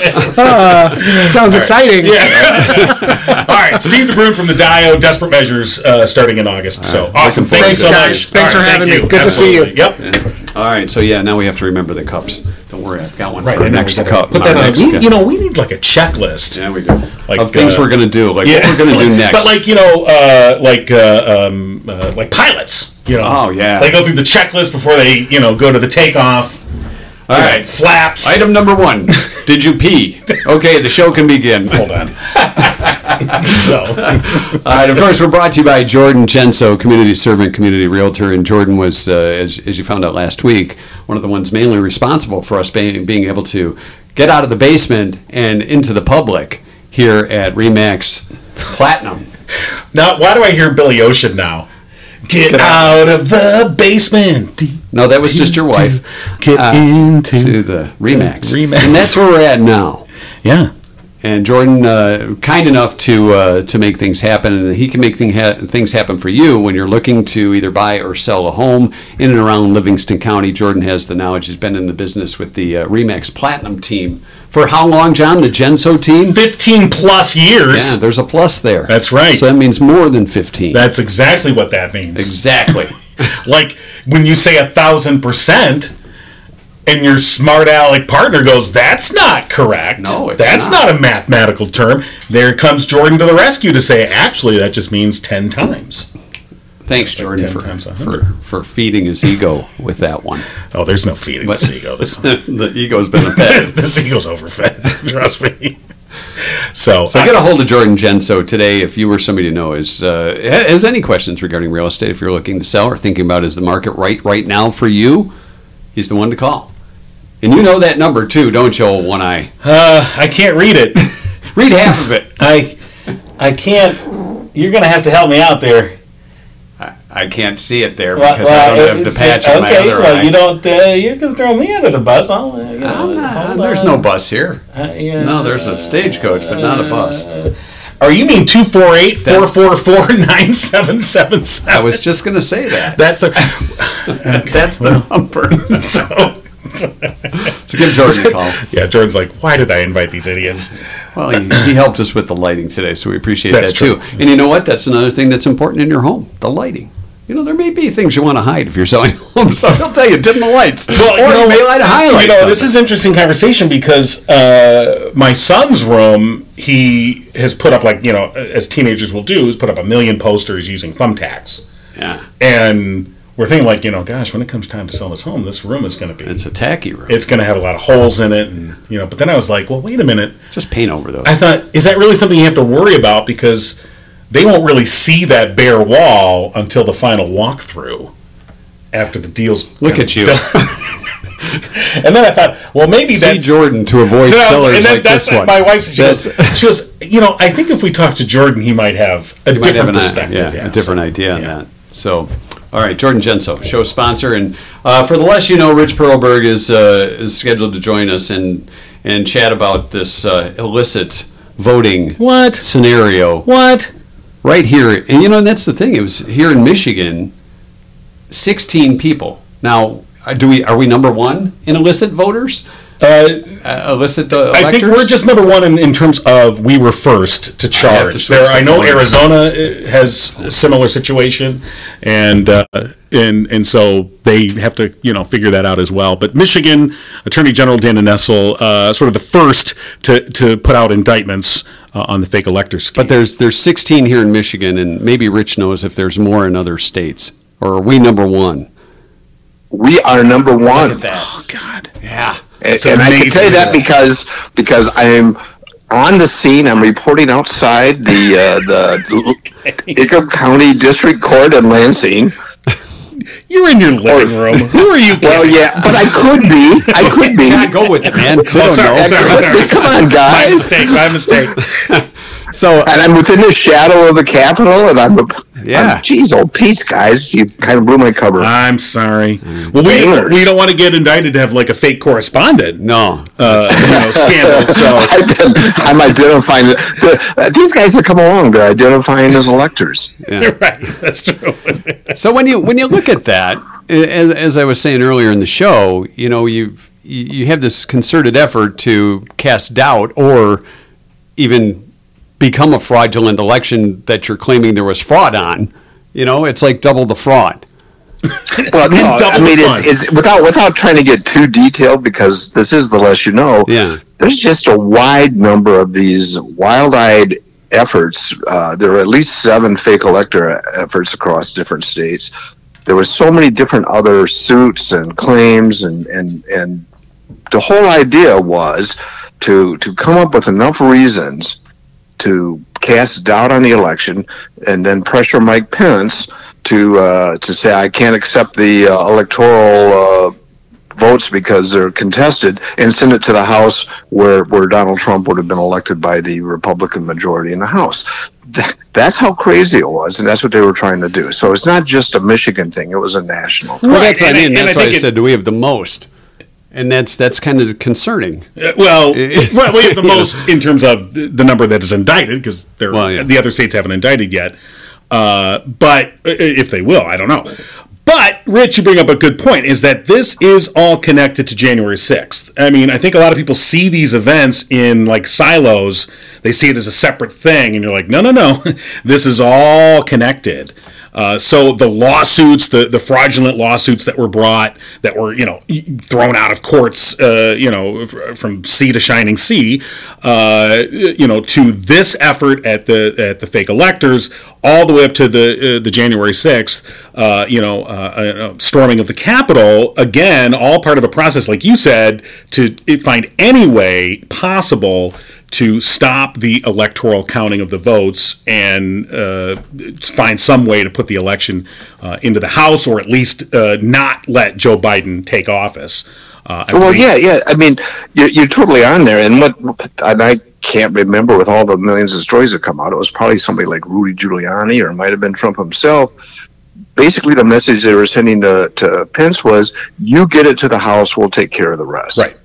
[SPEAKER 6] Sounds exciting.
[SPEAKER 3] Yeah. All right, Steve DeBruin from the Dio Desperate Measures uh, starting in August. so awesome. Thank you
[SPEAKER 2] forward
[SPEAKER 3] so
[SPEAKER 2] to it.
[SPEAKER 3] much.
[SPEAKER 6] Thanks, guys. Thanks
[SPEAKER 3] All
[SPEAKER 6] for having
[SPEAKER 3] thank
[SPEAKER 6] me. Good to see you.
[SPEAKER 3] Absolutely. Yep.
[SPEAKER 2] All right, so yeah, now we have to remember the cuffs. Don't worry, I've got one
[SPEAKER 3] Right.
[SPEAKER 2] for
[SPEAKER 3] and then
[SPEAKER 2] next
[SPEAKER 3] we gotta
[SPEAKER 2] cup.
[SPEAKER 3] Put
[SPEAKER 2] my
[SPEAKER 3] that on.
[SPEAKER 2] next
[SPEAKER 3] We,
[SPEAKER 2] cup.
[SPEAKER 3] you know, we need like a checklist.
[SPEAKER 2] There we go.
[SPEAKER 3] Like,
[SPEAKER 2] of things
[SPEAKER 3] uh,
[SPEAKER 2] we're gonna do, like what we're gonna do next.
[SPEAKER 3] But like you know, uh, like uh, um, uh, like pilots, you know.
[SPEAKER 2] Oh, yeah.
[SPEAKER 3] They go through the checklist before they you know go to the takeoff.
[SPEAKER 2] all
[SPEAKER 3] All
[SPEAKER 2] right,
[SPEAKER 3] right, flaps.
[SPEAKER 2] Item number one: Did you pee? Okay, the show can begin.
[SPEAKER 3] Hold on. so
[SPEAKER 2] All right, of course, we're brought to you by Jordan Genso, community servant, community realtor. And Jordan was, uh, as, as you found out last week, one of the ones mainly responsible for us being, being able to get out of the basement and into the public here at Remax Platinum.
[SPEAKER 3] Now, why do I hear Billy Ocean now? Get, out. of the basement.
[SPEAKER 2] No, that was just your wife.
[SPEAKER 3] Get
[SPEAKER 2] Uh,
[SPEAKER 3] into.
[SPEAKER 2] to the Remax.
[SPEAKER 3] Remax.
[SPEAKER 2] And that's where we're at now.
[SPEAKER 3] Yeah.
[SPEAKER 2] And Jordan, uh, kind enough to uh, to make things happen, and he can make thing ha- things happen for you when you're looking to either buy or sell a home in and around Livingston County. Jordan has the knowledge; he's been in the business with the uh, Remax Platinum team for how long, John? The Genso team?
[SPEAKER 3] 15 plus years.
[SPEAKER 2] Yeah, there's a plus there.
[SPEAKER 3] That's right.
[SPEAKER 2] So that means more than 15.
[SPEAKER 3] That's exactly what that means.
[SPEAKER 2] exactly.
[SPEAKER 3] like when you say a thousand percent and your smart aleck partner goes that's not correct
[SPEAKER 2] No, it's
[SPEAKER 3] that's
[SPEAKER 2] not."
[SPEAKER 3] not. a mathematical term there comes jordan to the rescue to say actually that just means 10 times
[SPEAKER 2] Thanks, Jordan,
[SPEAKER 3] 10
[SPEAKER 2] for,
[SPEAKER 3] times a
[SPEAKER 2] for for feeding his ego with that one.
[SPEAKER 3] oh there's no feeding this ego this,
[SPEAKER 2] the ego's been a
[SPEAKER 3] this, this ego's overfed trust me so,
[SPEAKER 2] So get a hold of Jordan Genso today if you or somebody you know is uh, ha- has any questions regarding real estate. If you're looking to sell or thinking about is the market right right now for you, he's the one to call. And you know that number too, don't you, old one eye?
[SPEAKER 3] uh, i can't read it
[SPEAKER 2] Read half of it.
[SPEAKER 3] i i can't you're gonna have to help me out there
[SPEAKER 2] I can't see it there
[SPEAKER 3] Well,
[SPEAKER 2] because
[SPEAKER 3] well,
[SPEAKER 2] I don't have the
[SPEAKER 3] it's-
[SPEAKER 2] patch on my
[SPEAKER 3] okay,
[SPEAKER 2] other
[SPEAKER 3] well,
[SPEAKER 2] eye.
[SPEAKER 3] you don't. Uh, you can throw me under the bus. I'll, uh, you know,
[SPEAKER 2] I'm not-
[SPEAKER 3] hold
[SPEAKER 2] there's
[SPEAKER 3] on.
[SPEAKER 2] no bus here.
[SPEAKER 3] Uh, yeah.
[SPEAKER 2] No, there's a stagecoach, but not a bus.
[SPEAKER 3] Or you mean two four eight four
[SPEAKER 2] That's-
[SPEAKER 3] four four nine seven seven seven?
[SPEAKER 2] I was just gonna say that.
[SPEAKER 3] That's the
[SPEAKER 2] That's the number.
[SPEAKER 3] so.
[SPEAKER 2] So give Jordan a call.
[SPEAKER 3] Yeah, Jordan's like, why did I invite these idiots?
[SPEAKER 2] Well, he, he helped us with the lighting today, so we appreciate
[SPEAKER 3] That's
[SPEAKER 2] that too.
[SPEAKER 3] true.
[SPEAKER 2] And you know what? That's another thing that's important in your home: the lighting. You know, there may be things you want to hide if you're selling a home, so he'll tell you dim the lights,
[SPEAKER 3] Well,
[SPEAKER 2] or
[SPEAKER 3] you
[SPEAKER 2] you,
[SPEAKER 3] know,
[SPEAKER 2] may light a highlight.
[SPEAKER 3] You know, this
[SPEAKER 2] something.
[SPEAKER 3] is interesting conversation because uh, my son's room, he has put up like you know, as teenagers will do, is put up a million posters using thumbtacks,
[SPEAKER 2] yeah,
[SPEAKER 3] and we're thinking like, you know, gosh, when it comes time to sell this home, this room is going to be
[SPEAKER 2] it's a tacky room.
[SPEAKER 3] it's going to have a lot of holes in it and you know but then i was like well wait a minute
[SPEAKER 2] Just paint over those.
[SPEAKER 3] i thought is that really something you have to worry about because they won't really see that bare wall until the final walkthrough after the deal's
[SPEAKER 2] Look
[SPEAKER 3] kinda
[SPEAKER 2] at you,
[SPEAKER 3] done. and then i thought well maybe
[SPEAKER 2] see
[SPEAKER 3] that's
[SPEAKER 2] Jordan to avoid
[SPEAKER 3] No, I was-
[SPEAKER 2] sellers
[SPEAKER 3] and then
[SPEAKER 2] like
[SPEAKER 3] that's
[SPEAKER 2] this
[SPEAKER 3] what
[SPEAKER 2] one.
[SPEAKER 3] my wife said. She goes,
[SPEAKER 2] That's-
[SPEAKER 3] she goes, you know, I think if we talk to Jordan, he might have a
[SPEAKER 2] You might have
[SPEAKER 3] different
[SPEAKER 2] an eye-
[SPEAKER 3] perspective.
[SPEAKER 2] yeah, a
[SPEAKER 3] so,
[SPEAKER 2] different idea on
[SPEAKER 3] yeah.
[SPEAKER 2] that. So, all right, Jordan Genso, show sponsor, and uh, for the less you know, Rich Perlberg is uh, is scheduled to join us and and chat about this uh, illicit voting
[SPEAKER 3] What?
[SPEAKER 2] scenario
[SPEAKER 3] What?
[SPEAKER 2] right here. And you know, that's the thing. It was here in Michigan, 16 people. Now, are- do we are we number one in illicit voters?
[SPEAKER 3] Uh,
[SPEAKER 2] Uh, illicit uh, electors?
[SPEAKER 3] I think we're just number one in, in terms of we were first to charge.
[SPEAKER 2] switch
[SPEAKER 3] there,
[SPEAKER 2] to
[SPEAKER 3] I know
[SPEAKER 2] Florida.
[SPEAKER 3] Arizona uh, has a similar situation, and uh, and and so they have to you know figure that out as well. But Michigan Attorney General Dana Nessel, uh, sort of the first to to put out indictments uh, on the fake elector scheme.
[SPEAKER 2] But there's there's 16 here in Michigan, and maybe Rich knows if there's more in other states, or are we number one?
[SPEAKER 7] We are number one.
[SPEAKER 3] oh God,
[SPEAKER 2] Yeah.
[SPEAKER 7] and,
[SPEAKER 3] It's
[SPEAKER 7] and I can
[SPEAKER 3] amazing.
[SPEAKER 7] tell you that because because I'm on the scene. I'm reporting outside the uh, the Jacob County District Court in Lansing.
[SPEAKER 3] you're in your living room. Who are you?
[SPEAKER 7] Well,
[SPEAKER 3] kidding?
[SPEAKER 7] yeah, but I could be. I could be.
[SPEAKER 2] God, go with it, man. They
[SPEAKER 3] Oh,
[SPEAKER 2] don't
[SPEAKER 3] sorry,
[SPEAKER 2] know.
[SPEAKER 3] sorry, sorry.
[SPEAKER 7] Come on,
[SPEAKER 3] My
[SPEAKER 7] guys.
[SPEAKER 3] mistake. My mistake. uh,
[SPEAKER 2] So
[SPEAKER 7] And I'm within the shadow of the Capitol, and I'm,
[SPEAKER 2] Yeah.
[SPEAKER 7] I'm geez, old Pete's guys, you kind of blew my cover.
[SPEAKER 3] I'm sorry. Well, we,
[SPEAKER 7] Gamers.
[SPEAKER 3] we don't want to get indicted to have like a fake correspondent.
[SPEAKER 2] no,
[SPEAKER 3] uh, you know, scandal. So
[SPEAKER 7] I'm identifying these guys that come along. They're identifying as electors.
[SPEAKER 3] right, that's true.
[SPEAKER 2] So when you when you look at that, a- as, as I was saying earlier in the show, you know you've you you have this concerted effort to cast doubt or even become a fraudulent election that you're claiming there was fraud on. You know, it's like double the fraud.
[SPEAKER 7] Well, no, I
[SPEAKER 3] double
[SPEAKER 7] mean,
[SPEAKER 3] fun.
[SPEAKER 7] it's, it's, without without trying to get too detailed because this is the less you know.
[SPEAKER 2] Yeah.
[SPEAKER 7] there's just a wide number of these wild-eyed efforts. Uh, there are at least seven fake elector efforts across different states. There was so many different other suits and claims, and and and the whole idea was to to come up with enough reasons to cast doubt on the election and then pressure Mike Pence to uh, to say I can't accept the uh, electoral uh, votes because they're contested and send it to the House where, where Donald Trump would have been elected by the Republican majority in the House. That, that's how crazy it was, and that's what they were trying to do. So it's not just a Michigan thing; it was a national. thing.
[SPEAKER 2] Well, that's what
[SPEAKER 3] and
[SPEAKER 2] I mean.
[SPEAKER 3] and
[SPEAKER 2] That's why I
[SPEAKER 3] think it-
[SPEAKER 2] said, do we have the most? And that's that's kind of concerning.
[SPEAKER 3] Uh, Well, well, we have the most in terms of the the number that is indicted because they're
[SPEAKER 2] Well, yeah.
[SPEAKER 3] the other states haven't indicted yet. Uh, but uh, if they will, I don't know. But Rich, you bring up a good point: is that this is all connected to January sixth. I mean, I think a lot of people see these events in like silos; they see it as a separate thing, and you're like, no, no, no, this is all connected. Uh, so the lawsuits, the, the fraudulent lawsuits that were brought, that were you know e- thrown out of courts, uh, you know f- from sea to shining sea, uh, you know to this effort at the at the fake electors, all the way up to the uh, the January sixth, uh, you know uh, uh, storming of the Capitol again, all part of a process like you said to find any way possible to stop the electoral counting of the votes and uh, find some way to put the election uh, into the House or at least uh, not let Joe Biden take office. Uh, I
[SPEAKER 7] Well,
[SPEAKER 3] believe-
[SPEAKER 7] yeah, yeah. I mean, you're, you're totally on there. And what, and I can't remember with all the millions of stories that come out, it was probably somebody like Rudy Giuliani or it might have been Trump himself. Basically, the message they were sending to, to Pence was, "You get it to the House, we'll take care of the rest."
[SPEAKER 3] Right.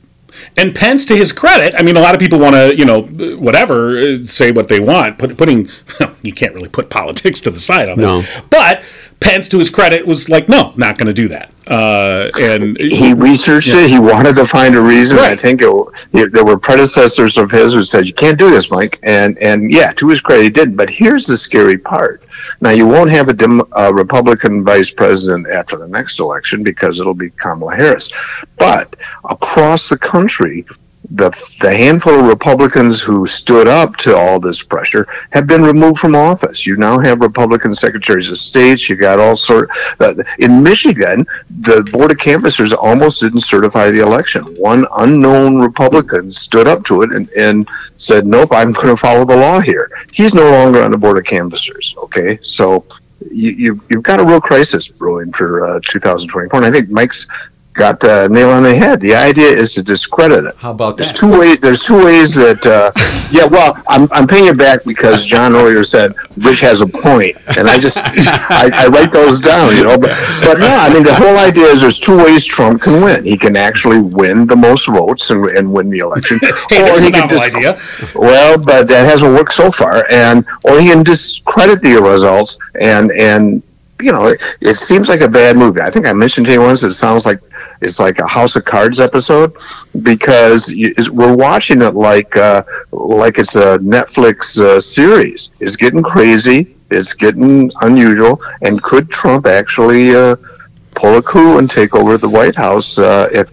[SPEAKER 3] And Pence, to his credit, I mean, a lot of people want to, you know, whatever, uh, say what they want. Put, putting, you can't really put politics to the side on this.
[SPEAKER 2] No.
[SPEAKER 3] But Pence, to his credit, was like, no, not going to do that. Uh, and
[SPEAKER 7] He researched it. He wanted to find a reason. I
[SPEAKER 3] Right.
[SPEAKER 7] think it, there were predecessors of his who said, "You can't do this, Mike." And and yeah, to his credit, he did. But here's the scary part. Now you won't have a dem, uh, Republican vice president after the next election because it'll be Kamala Harris. But across the country, the the handful of Republicans who stood up to all this pressure have been removed from office. You now have Republican secretaries of states. You got all sort. Uh, in Michigan, the board of canvassers almost didn't certify the election. One unknown Republican stood up to it and, and said, "Nope, I'm going to follow the law here." He's no longer on the board of canvassers. Okay, so you, you you've got a real crisis brewing for uh, 2024, and I think Mike's. Got the nail on the head. The idea is to discredit it.
[SPEAKER 2] How about
[SPEAKER 7] There's
[SPEAKER 2] that?
[SPEAKER 7] two ways. There's two ways that. Uh, yeah, well, I'm, I'm paying it back because John earlier said Rich has a point, and I just I, I write those down, you know. But but no, I mean the whole idea is there's two ways Trump can win. He can actually win the most votes and, and win the election,
[SPEAKER 3] Hey, there's a novel
[SPEAKER 7] just-
[SPEAKER 3] idea.
[SPEAKER 7] well, but that hasn't worked so far, and or he can discredit the results, and and you know it, it seems like a bad movie. I think I mentioned to you once. It sounds like it's like a House of Cards episode because you, is- we're watching it like uh, like it's a Netflix uh, series. It's getting crazy. It's getting unusual, and could Trump actually uh, pull a coup and take over the White House uh, if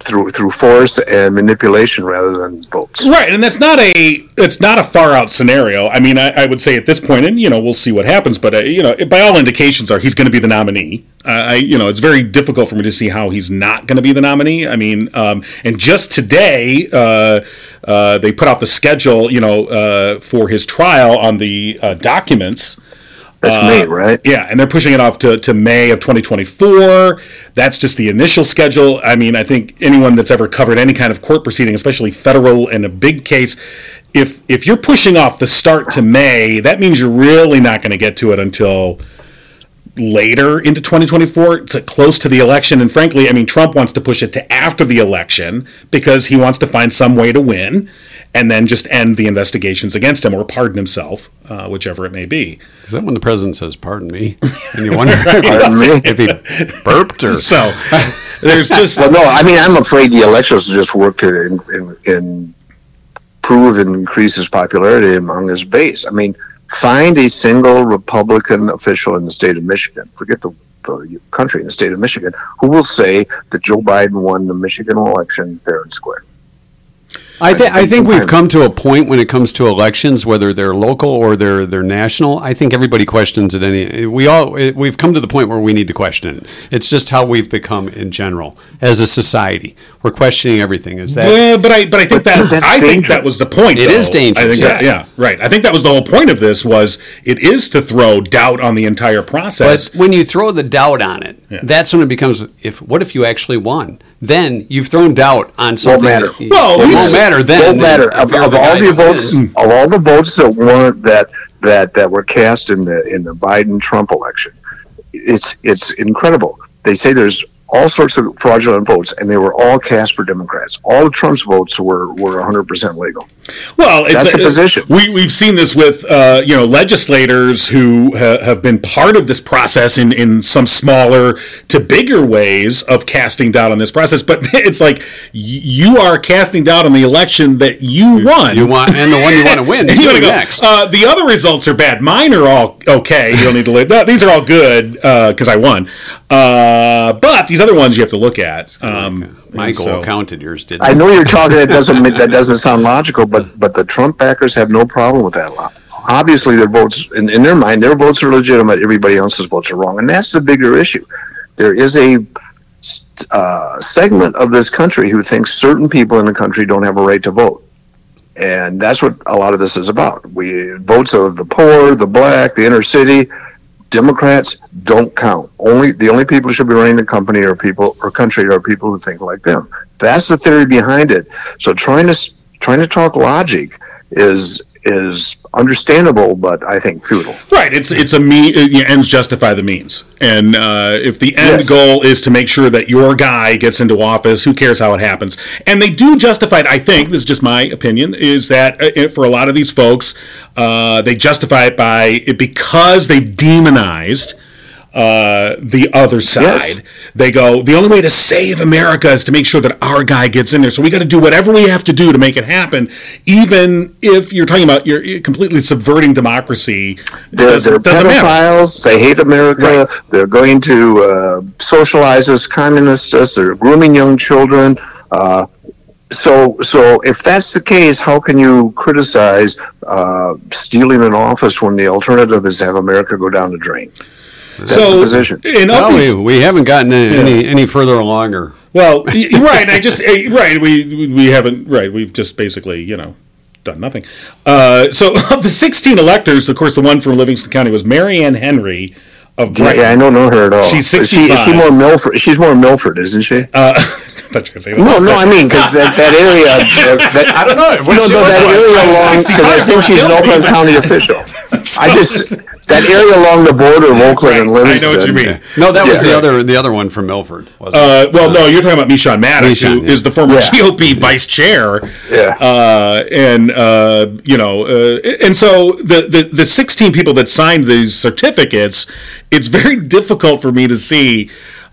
[SPEAKER 7] through through force and manipulation rather than votes?
[SPEAKER 3] Right, and that's not a it's not a far out scenario. I mean, I, I would say at this point, and you know, we'll see what happens. But uh, you know, by all indications, are he's going to be the nominee. Uh, I you know, it's very difficult for me to see how he's not going to be the nominee. I mean, um, and just today, uh, uh, they put out the schedule, you know, uh, for his trial on the uh, documents.
[SPEAKER 7] That's me, right?
[SPEAKER 3] Uh, Yeah, and they're pushing it off to, to May of 2024. That's just the initial schedule. I mean, I think anyone that's ever covered any kind of court proceeding, especially federal and a big case, if if you're pushing off the start to May, that means you're really not going to get to it until later into 2024. It's uh, close to the election, and frankly, I mean, Trump wants to push it to after the election because he wants to find some way to win, and then just end the investigations against him or pardon himself, uh, whichever it may be.
[SPEAKER 2] Is that when the president says, pardon me? And you wonder
[SPEAKER 7] Pardon me?
[SPEAKER 2] if he burped or.
[SPEAKER 3] So there's just
[SPEAKER 7] Well, no, I mean, I'm afraid the elections just work to in, in, in prove and increase his popularity among his base. I mean, find a single Republican official in the state of Michigan, forget the, the country, in the state of Michigan, who will say that Joe Biden won the Michigan election fair and square.
[SPEAKER 2] I think I think we've come to a point when it comes to elections, whether they're local or they're they're national. I think everybody questions it. Any we all eh, we've come to the point where we need to question it. It's just how we've become in general as a society. We're questioning everything. Is that
[SPEAKER 3] Yeah, but I but I think that
[SPEAKER 7] that's
[SPEAKER 3] I think that
[SPEAKER 7] dangerous.
[SPEAKER 3] was the point.
[SPEAKER 2] It
[SPEAKER 3] It is
[SPEAKER 2] is dangerous,
[SPEAKER 3] I think that,
[SPEAKER 2] yes.
[SPEAKER 3] yeah, right. I think that was the whole point of this was it is to throw doubt on the entire
[SPEAKER 2] But
[SPEAKER 3] process.
[SPEAKER 2] when you throw the doubt on it,
[SPEAKER 3] Yeah.
[SPEAKER 2] that's when it becomes if what if you actually won? Then you've thrown doubt on something.
[SPEAKER 7] matter.
[SPEAKER 2] that-
[SPEAKER 3] Well,
[SPEAKER 2] it
[SPEAKER 3] we-
[SPEAKER 2] won't matter then.
[SPEAKER 7] Won't matter
[SPEAKER 2] if
[SPEAKER 7] of,
[SPEAKER 2] you're
[SPEAKER 7] of
[SPEAKER 2] the
[SPEAKER 7] all
[SPEAKER 2] guy
[SPEAKER 7] the
[SPEAKER 2] that
[SPEAKER 7] votes
[SPEAKER 2] is.
[SPEAKER 7] of all the votes that weren't that that that were cast in the in the Biden Trump election. It's it's incredible. They say there's all sorts of fraudulent votes, and they were all cast for Democrats. All of Trump's votes were were 100 percent legal.
[SPEAKER 3] Well, it's
[SPEAKER 7] That's the position.
[SPEAKER 3] We we've seen this with uh, you know legislators who ha- have been part of this process in in some smaller to bigger ways of casting doubt on this process. But it's like y- you are casting doubt on the election that you won.
[SPEAKER 2] You want and the one you want to win.
[SPEAKER 3] And you
[SPEAKER 2] too,
[SPEAKER 3] wanna go,
[SPEAKER 2] next.
[SPEAKER 3] Uh, the other results are bad. Mine are all okay. You don't need to live. No, these are all good because I won. Uh, but these other ones you have to look at.
[SPEAKER 7] mm.
[SPEAKER 3] Um,
[SPEAKER 2] Michael
[SPEAKER 3] so-
[SPEAKER 2] counted yours, didn't
[SPEAKER 7] I
[SPEAKER 2] he?
[SPEAKER 7] know you're talking that doesn't that doesn't sound logical, but but the Trump backers have no problem with that. Obviously, their votes in, in their mind, their votes are legitimate. Everybody else's votes are wrong, and that's the bigger issue. There is a uh, segment of this country who thinks certain people in the country don't have a right to vote, and that's what a lot of this is about. We votes of the poor, the black, the inner city. Democrats don't count. Only the only people who should be running the company or people or country are people who think like them. That's the theory behind it. So trying to s- trying to talk logic is is understandable, but I think futile.
[SPEAKER 3] Right. It's it's a mean ends justify the means, and uh, if the end
[SPEAKER 7] Yes.
[SPEAKER 3] goal is to make sure that your guy gets into office, who cares how it happens? And they do justify it. I think this is just my opinion. Is that uh, it- for a lot of these folks, uh, they justify it by it because they've demonized uh, the other side. They go, the only way to save America is to make sure that our guy gets in there. So we got to do whatever we have to do to make it happen, even if you're talking about you're completely subverting democracy. It
[SPEAKER 7] They're,
[SPEAKER 3] doesn't-
[SPEAKER 7] they're
[SPEAKER 3] doesn't matter.
[SPEAKER 7] pedophiles. They hate America. They're going to uh, socialize us, communists us. They're grooming young children. Uh, so, so if that's the case, how can you criticize uh, stealing an office when the alternative is to have America go down the drain? That's the position.
[SPEAKER 3] in
[SPEAKER 2] Well,
[SPEAKER 3] other
[SPEAKER 2] we, we haven't gotten any, any, any further along or
[SPEAKER 3] Well, y- y- right. I just eh, right. We we- we haven't right. We've just basically you know done nothing. Uh, so of the sixteen electors, of course, the one from Livingston County was Marianne Henry of
[SPEAKER 7] Yeah,
[SPEAKER 3] Brighton.
[SPEAKER 7] yeah, I don't know her at all.
[SPEAKER 3] She's
[SPEAKER 7] Is She, is
[SPEAKER 3] 65.
[SPEAKER 7] she more Milford? She's more Milford, isn't she?
[SPEAKER 3] Uh, I thought you were gonna say that.
[SPEAKER 7] no, no, I mean because that, that area. That, that,
[SPEAKER 3] I don't know. What
[SPEAKER 7] You
[SPEAKER 3] does she
[SPEAKER 7] don't know
[SPEAKER 3] look like?
[SPEAKER 7] that area
[SPEAKER 3] 65
[SPEAKER 7] along because I think she's an
[SPEAKER 3] Milford.
[SPEAKER 7] Oakland County official. I just that area along the border of Oakland and
[SPEAKER 3] Right, I know
[SPEAKER 7] Livingston.
[SPEAKER 3] what you mean.
[SPEAKER 2] no, that was
[SPEAKER 7] Yeah.
[SPEAKER 2] the other the other one from Milford. Wasn't it?
[SPEAKER 3] Uh, well, no, you're talking about Michon Maddox, who
[SPEAKER 2] Michon, yeah.
[SPEAKER 3] is the former
[SPEAKER 7] Yeah.
[SPEAKER 3] GOP vice chair.
[SPEAKER 7] Yeah.
[SPEAKER 3] Uh, and uh, you know, uh, and so the, the the 16 people that signed these certificates, it's very difficult for me to see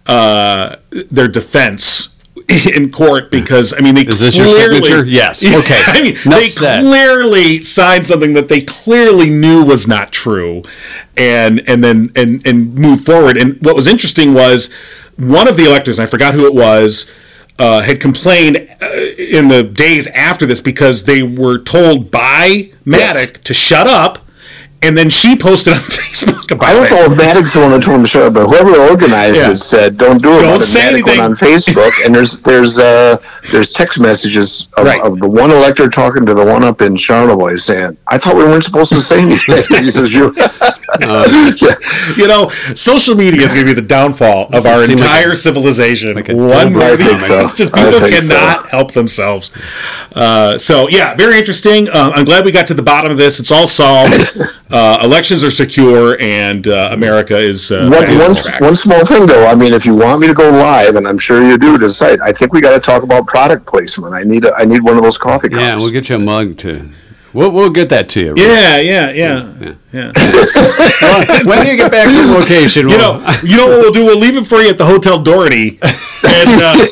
[SPEAKER 3] uh, their defense in court because I mean, they
[SPEAKER 2] Is this your
[SPEAKER 3] clearly-
[SPEAKER 2] signature? Yes. Okay.
[SPEAKER 3] I mean,
[SPEAKER 2] Enough
[SPEAKER 3] they
[SPEAKER 2] said.
[SPEAKER 3] clearly signed something that they clearly knew was not true, and and then and and move forward. And what was interesting was one of the electors, and I forgot who it was, uh, had complained uh, in the days after this because they were told by Maddox to shut up, and then she posted on Facebook about
[SPEAKER 7] I don't
[SPEAKER 3] it.
[SPEAKER 7] know if Maddox the one that told him to shut up, but whoever organized
[SPEAKER 3] Yeah.
[SPEAKER 7] it said, "Don't do it."
[SPEAKER 3] Don't
[SPEAKER 7] about it."
[SPEAKER 3] say
[SPEAKER 7] Maddox went
[SPEAKER 3] anything.
[SPEAKER 7] on Facebook, and there's there's uh, there's text messages of,
[SPEAKER 3] Right.
[SPEAKER 7] of the one elector talking to the one up in Charlevoix saying, "I thought we weren't supposed to say anything." he says, "You."
[SPEAKER 3] Uh,
[SPEAKER 7] yeah.
[SPEAKER 3] You know, social media is going to be the downfall of our
[SPEAKER 2] seem like
[SPEAKER 3] entire
[SPEAKER 2] a-
[SPEAKER 3] civilization.
[SPEAKER 2] a
[SPEAKER 3] One
[SPEAKER 2] terrible
[SPEAKER 3] way or the
[SPEAKER 7] I think
[SPEAKER 3] other.
[SPEAKER 7] so.
[SPEAKER 3] It's just
[SPEAKER 7] I
[SPEAKER 3] people
[SPEAKER 7] think so.
[SPEAKER 3] cannot help themselves. Uh, so, yeah, very interesting. Uh, I'm glad we got to the bottom of this. It's all solved. uh, elections are secure, and uh, America is. Uh, back
[SPEAKER 7] One,
[SPEAKER 3] on
[SPEAKER 7] one,
[SPEAKER 3] track.
[SPEAKER 7] one small thing though, I mean, if you want me to go live, and I'm sure you do, to the site, I think we got to talk about product placement. I need a, I need one of those coffee cups.
[SPEAKER 2] yeah, we'll get you a mug too. We'll, we'll get that to you. Rick.
[SPEAKER 3] yeah, yeah, yeah.
[SPEAKER 2] When you get back to location,
[SPEAKER 3] You
[SPEAKER 2] we'll-
[SPEAKER 3] know, you know what we'll do? We'll leave it for you at the Hotel Doherty, and uh,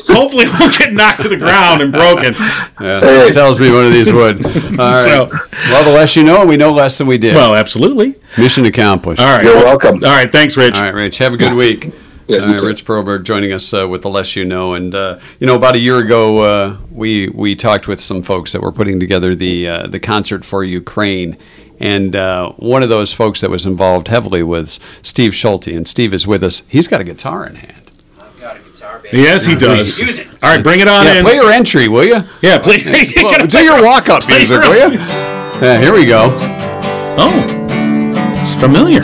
[SPEAKER 3] hopefully we'll get knocked to the ground and broken.
[SPEAKER 2] Yeah, something tells me one of these would. All right.
[SPEAKER 3] So-
[SPEAKER 2] well, the less you know, we know less than we did.
[SPEAKER 3] Well, absolutely.
[SPEAKER 2] Mission accomplished.
[SPEAKER 3] All right.
[SPEAKER 7] You're welcome.
[SPEAKER 3] All right. Thanks, Rich.
[SPEAKER 2] All right, Rich. Have a good week.
[SPEAKER 7] Yeah, you
[SPEAKER 2] All right,
[SPEAKER 7] too.
[SPEAKER 2] Rich Proberg joining us uh, with the less you know, and uh, you know about a year ago uh, we we talked with some folks that were putting together the uh, the concert for Ukraine, and uh, one of those folks that was involved heavily was Steve Schulte, and Steve is with us. He's got a guitar in hand.
[SPEAKER 8] I've got a guitar band.
[SPEAKER 3] Yes, he does.
[SPEAKER 8] Use it.
[SPEAKER 3] All right, bring it on
[SPEAKER 2] Yeah,
[SPEAKER 3] in.
[SPEAKER 2] play your entry, will you?
[SPEAKER 3] Yeah, play.
[SPEAKER 2] Well, do your walk up
[SPEAKER 3] Play
[SPEAKER 2] music,
[SPEAKER 3] your-
[SPEAKER 2] will you? Yeah, here we go.
[SPEAKER 3] Oh, it's familiar.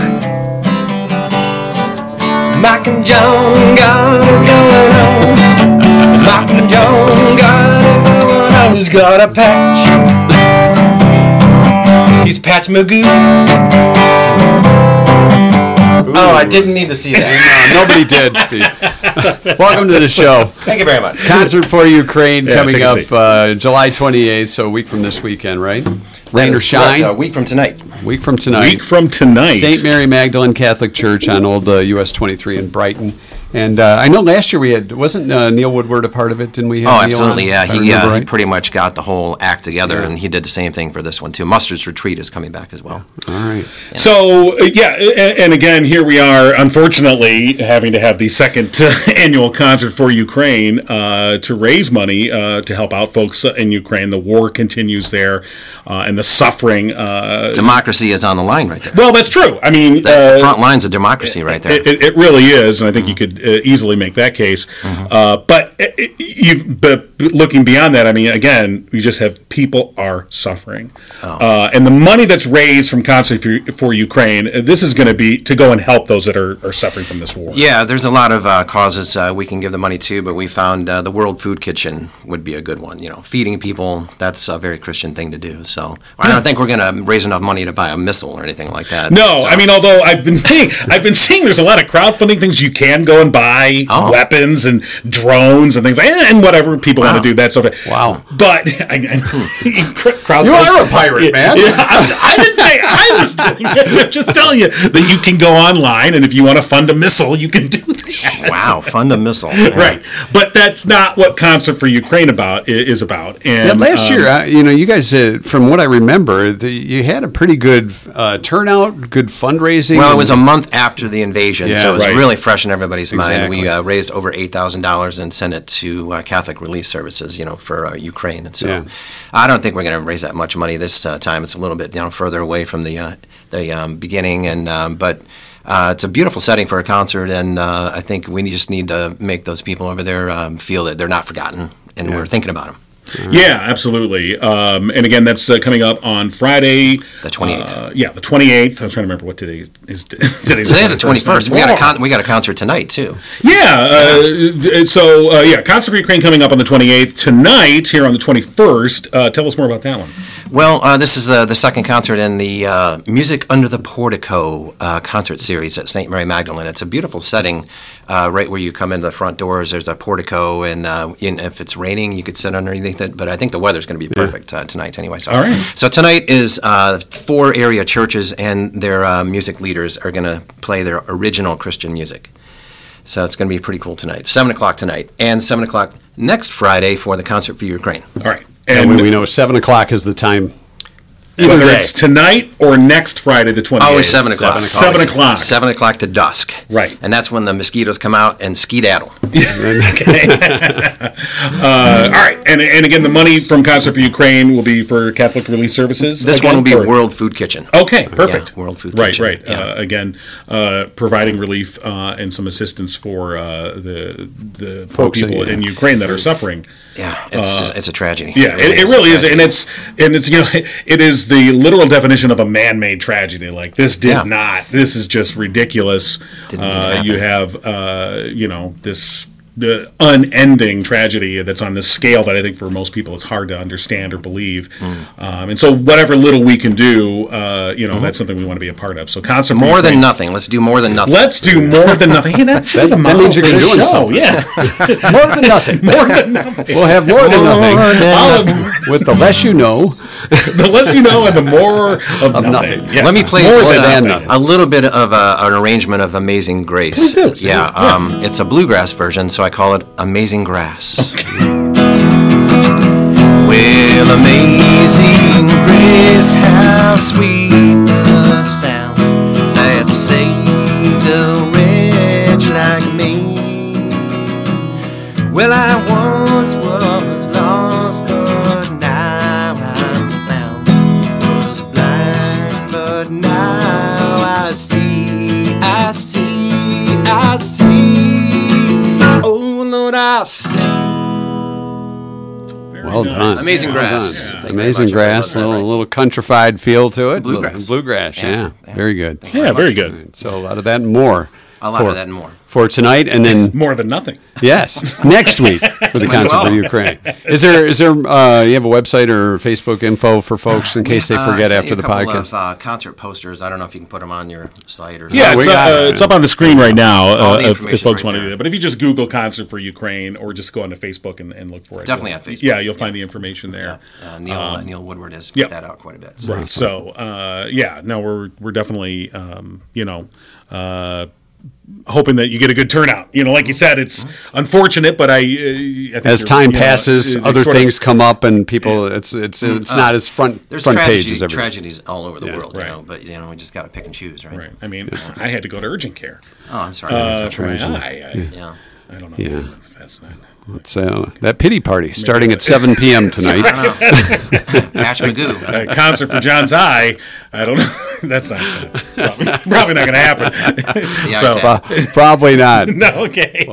[SPEAKER 8] Mac and John got it going on. Mac and John got it going on. He's got a patch. He's Patch Magoo. Oh, I didn't need to see that.
[SPEAKER 2] Uh, nobody did, Steve. Welcome to the show.
[SPEAKER 8] Thank you very much.
[SPEAKER 2] Concert for Ukraine
[SPEAKER 3] Yeah,
[SPEAKER 2] coming
[SPEAKER 3] take a
[SPEAKER 2] up
[SPEAKER 3] seat.
[SPEAKER 2] uh, July 28th, so a week from this weekend, right? Rain or shine,
[SPEAKER 8] A uh, week from tonight.
[SPEAKER 2] week from tonight.
[SPEAKER 3] uh, Week from tonight.
[SPEAKER 2] St. Mary Magdalene Catholic Church on old uh, US 23 in Brighton. And uh, I know last year we had, wasn't uh, Neil Woodward a part of it? Didn't we have Neil
[SPEAKER 8] Oh,
[SPEAKER 2] on?
[SPEAKER 8] absolutely. Yeah,
[SPEAKER 2] If I
[SPEAKER 8] he,
[SPEAKER 2] remember
[SPEAKER 8] uh, he
[SPEAKER 2] right.
[SPEAKER 8] pretty much got the whole act together,
[SPEAKER 2] Yeah.
[SPEAKER 8] and he did the same thing for this one too. Mustard's Retreat is coming back as well.
[SPEAKER 2] All right.
[SPEAKER 3] So uh, yeah, and, and again, here we are, unfortunately, having to have the second uh, annual concert for Ukraine uh, to raise money uh, to help out folks in Ukraine. The war continues there, uh, and the suffering. Uh,
[SPEAKER 8] Democracy is on the line right there.
[SPEAKER 3] well, that's true. I mean,
[SPEAKER 8] That's
[SPEAKER 3] uh,
[SPEAKER 8] the front lines of democracy right there.
[SPEAKER 3] It, it, it really is, and I think you could uh, easily make that case. Uh, but it, it- you've but looking beyond that. I mean, again, we just have people are suffering,
[SPEAKER 2] Oh.
[SPEAKER 3] uh, and the money that's raised from concert for, for Ukraine, uh, this is going to be to go and help those that are, are suffering from this war.
[SPEAKER 8] Yeah, there's a lot of uh, causes uh, we can give the money to, but we found uh, the World Food Kitchen would be a good one. You know, feeding people, that's a very Christian thing to do. So I don't think we're going to raise enough money to buy a missile or anything like that.
[SPEAKER 3] No,
[SPEAKER 8] So-
[SPEAKER 3] I mean, although I've been seeing, I've been seeing there's a lot of crowdfunding things you can go and buy
[SPEAKER 8] Oh.
[SPEAKER 3] weapons and drones and things like, and whatever people want to do that stuff.
[SPEAKER 2] Wow.
[SPEAKER 3] But I, I, crowd
[SPEAKER 2] You are a pirate, man.
[SPEAKER 3] Yeah, I, I didn't say I was doing it. I'm just telling you that you can go online and if you want to fund a missile, you can do that.
[SPEAKER 8] wow, fund a missile.
[SPEAKER 3] Right, but that's not what Concert for Ukraine about i- is about. And
[SPEAKER 2] Yeah, last
[SPEAKER 3] um,
[SPEAKER 2] year, I, you know, you guys, uh, from what I remember, the, you had a pretty good uh, turnout, good fundraising.
[SPEAKER 8] Well, it was a month after the invasion,
[SPEAKER 2] Yeah,
[SPEAKER 8] so it was
[SPEAKER 3] right.
[SPEAKER 8] really fresh in everybody's mind.
[SPEAKER 2] Exactly.
[SPEAKER 8] We uh, raised over eight thousand dollars and sent it to uh, Catholic Relief Services, you know, for uh, Ukraine. And so,
[SPEAKER 2] Yeah.
[SPEAKER 8] I don't think we're going to raise that much money this uh, time. It's a little bit you know, further away from the uh, the um, beginning, and um, but. Uh, it's a beautiful setting for a concert, and uh, I think we just need to make those people over there um, feel that they're not forgotten, and we're thinking about them.
[SPEAKER 2] uh,
[SPEAKER 3] Yeah, absolutely. Um, and again, that's uh, coming up on Friday,
[SPEAKER 8] The 28th.
[SPEAKER 3] Uh, yeah, the twenty eighth. I'm trying to remember what today is. Today's,
[SPEAKER 8] Today's the twenty
[SPEAKER 3] 21st.
[SPEAKER 8] first. We got a con- we got a concert tonight too.
[SPEAKER 3] Yeah. Uh, d- so uh, yeah, concert for Ukraine coming up on the twenty eighth tonight here on the twenty first. Uh, tell us more about that one.
[SPEAKER 8] Well, uh, this is the, the second concert in the uh, Music Under the Portico uh, concert series at St. Mary Magdalene. It's a beautiful setting, uh, right where you come into the front doors. There's a portico, and, uh, in, if it's raining, you could sit underneath it. But I think the weather's going to be perfect uh, tonight anyway. So.
[SPEAKER 3] All right.
[SPEAKER 8] So tonight is uh, four area churches and their uh, music leaders are going to play their original Christian music. So it's going to be pretty cool tonight. Seven o'clock tonight, and seven o'clock next Friday for the concert for Ukraine.
[SPEAKER 3] All right.
[SPEAKER 2] And
[SPEAKER 3] And
[SPEAKER 2] we, we know 7 o'clock is the time.
[SPEAKER 3] whether it's tonight or next Friday, the twenty eighth.
[SPEAKER 8] Always seven o'clock.
[SPEAKER 3] Seven
[SPEAKER 8] Always
[SPEAKER 3] o'clock.
[SPEAKER 8] Seven o'clock to dusk.
[SPEAKER 3] Right.
[SPEAKER 8] And that's when the mosquitoes come out and skedaddle.
[SPEAKER 3] Uh, all right. And and again, the money from concert for Ukraine will be for Catholic Relief Services.
[SPEAKER 8] This
[SPEAKER 3] again,
[SPEAKER 8] one will be
[SPEAKER 3] or-
[SPEAKER 8] World Food Kitchen.
[SPEAKER 3] Okay, perfect.
[SPEAKER 8] Yeah, World Food
[SPEAKER 3] Right,
[SPEAKER 8] Kitchen,
[SPEAKER 3] right.
[SPEAKER 8] yeah.
[SPEAKER 3] Uh, again, uh, providing relief uh, and some assistance for uh, the the poor
[SPEAKER 2] Folks,
[SPEAKER 3] people
[SPEAKER 2] yeah.
[SPEAKER 3] in Ukraine that are suffering.
[SPEAKER 8] Yeah, it's just- it's a tragedy.
[SPEAKER 3] Uh, Yeah, it, it
[SPEAKER 8] a
[SPEAKER 3] really is,
[SPEAKER 8] tragedy.
[SPEAKER 3] and it's and it's you know it is the literal definition of a man-made tragedy. Like this did
[SPEAKER 8] Yeah.
[SPEAKER 3] not. This is just ridiculous.
[SPEAKER 8] Didn't need to
[SPEAKER 3] Uh,
[SPEAKER 8] happen.
[SPEAKER 3] you have uh, you know this. The unending tragedy that's on this scale that I think for most people it's hard to understand or believe, um, and so whatever little we can do, uh, you know, that's something we want to be a part of. So, concert
[SPEAKER 8] Mm-hmm. more than
[SPEAKER 3] Ukraine.
[SPEAKER 8] nothing. Let's do more than nothing.
[SPEAKER 3] Let's do more than nothing. Hey, that's
[SPEAKER 2] That-
[SPEAKER 3] the
[SPEAKER 2] that
[SPEAKER 3] motto
[SPEAKER 2] means you're
[SPEAKER 3] for this
[SPEAKER 2] doing
[SPEAKER 3] show.
[SPEAKER 2] something.
[SPEAKER 3] Yeah,
[SPEAKER 2] More than nothing.
[SPEAKER 3] more than nothing.
[SPEAKER 2] We'll have more than nothing.
[SPEAKER 3] All of-
[SPEAKER 2] With the less you know.
[SPEAKER 3] the less you know and the more of, nothing.
[SPEAKER 2] nothing.
[SPEAKER 3] Yes.
[SPEAKER 8] Let me play
[SPEAKER 3] more
[SPEAKER 8] just,
[SPEAKER 3] than
[SPEAKER 8] uh,
[SPEAKER 3] nothing.
[SPEAKER 2] nothing.
[SPEAKER 8] a little bit of uh an arrangement of Amazing Grace.
[SPEAKER 3] Please do.
[SPEAKER 8] Yeah, um, it's a bluegrass version, so I call it Amazing Grass. well, Amazing Grace, how sweet the sound that saved a wretch like me. Oh,
[SPEAKER 2] Well done.
[SPEAKER 8] Amazing
[SPEAKER 2] Well
[SPEAKER 8] grass. Yeah. Thank
[SPEAKER 2] done.
[SPEAKER 8] you very
[SPEAKER 2] Amazing
[SPEAKER 8] much.
[SPEAKER 2] grass,
[SPEAKER 8] I love that,
[SPEAKER 2] little,
[SPEAKER 8] right.
[SPEAKER 2] little countrified feel to it.
[SPEAKER 8] Bluegrass.
[SPEAKER 2] Bluegrass,
[SPEAKER 8] Yeah,
[SPEAKER 2] yeah.
[SPEAKER 8] yeah.
[SPEAKER 2] Very good.
[SPEAKER 3] Yeah, very good.
[SPEAKER 2] Right, So a lot of that and more.
[SPEAKER 8] A lot of
[SPEAKER 2] for-
[SPEAKER 8] that and more.
[SPEAKER 2] For tonight and then,
[SPEAKER 3] More than nothing.
[SPEAKER 2] yes, next week for the
[SPEAKER 8] Might as
[SPEAKER 2] Council
[SPEAKER 8] well.
[SPEAKER 2] for Ukraine. Is there, is there, uh, you have a website or Facebook info for folks in case they
[SPEAKER 8] Uh, I
[SPEAKER 2] forget
[SPEAKER 8] sent you
[SPEAKER 2] after
[SPEAKER 8] a
[SPEAKER 2] the
[SPEAKER 8] couple
[SPEAKER 2] podcast?
[SPEAKER 8] Of, uh, concert posters. I don't know if you can put them on your slide or
[SPEAKER 3] Yeah,
[SPEAKER 2] we
[SPEAKER 3] it's, uh,
[SPEAKER 2] got it.
[SPEAKER 3] uh, it's up on the screen right now
[SPEAKER 8] All
[SPEAKER 3] uh, if, if
[SPEAKER 8] the information's
[SPEAKER 3] folks
[SPEAKER 8] right
[SPEAKER 3] want to
[SPEAKER 8] there.
[SPEAKER 3] do that. But if you just Google Concert for Ukraine or just go onto Facebook and, and look for it.
[SPEAKER 8] Definitely
[SPEAKER 3] you'll-
[SPEAKER 8] on Facebook.
[SPEAKER 3] Yeah, you'll find the information there.
[SPEAKER 8] Uh, Neil Neil Woodward has put
[SPEAKER 3] yeah.
[SPEAKER 8] that out quite a bit. So.
[SPEAKER 3] Right. So, uh, yeah, no, we're we're definitely, um, you know, uh, hoping that you get a good turnout. You know, like you said, it's
[SPEAKER 8] Mm-hmm.
[SPEAKER 3] unfortunate, but I, uh, I think
[SPEAKER 2] As
[SPEAKER 3] you're-
[SPEAKER 2] time
[SPEAKER 3] you know,
[SPEAKER 2] passes,
[SPEAKER 3] it's
[SPEAKER 2] other
[SPEAKER 3] sort of-
[SPEAKER 2] things come up and people, it's, it's, it's not as front,
[SPEAKER 8] Uh, Mm, There's
[SPEAKER 2] front page
[SPEAKER 8] tragedy,
[SPEAKER 2] as everything.
[SPEAKER 8] tragedies all over the
[SPEAKER 2] Yeah,
[SPEAKER 8] world,
[SPEAKER 3] right.
[SPEAKER 8] you know, but you know, we just got to pick and choose, right?
[SPEAKER 3] Right. I mean, I had to go to urgent care.
[SPEAKER 8] Oh, I'm sorry.
[SPEAKER 3] Uh, for my
[SPEAKER 2] Tragedy.
[SPEAKER 3] eye. I,
[SPEAKER 8] yeah.
[SPEAKER 3] I don't know.
[SPEAKER 2] Yeah.
[SPEAKER 3] That's fascinating.
[SPEAKER 2] So that pity party starting at 7 p.m. tonight.
[SPEAKER 8] Ash Magoo.
[SPEAKER 3] a concert for John's eye. I don't know. That's not gonna, probably, probably not going to happen.
[SPEAKER 8] The
[SPEAKER 3] So-
[SPEAKER 8] Ice Hat.
[SPEAKER 2] Pro- Probably not.
[SPEAKER 3] no, okay.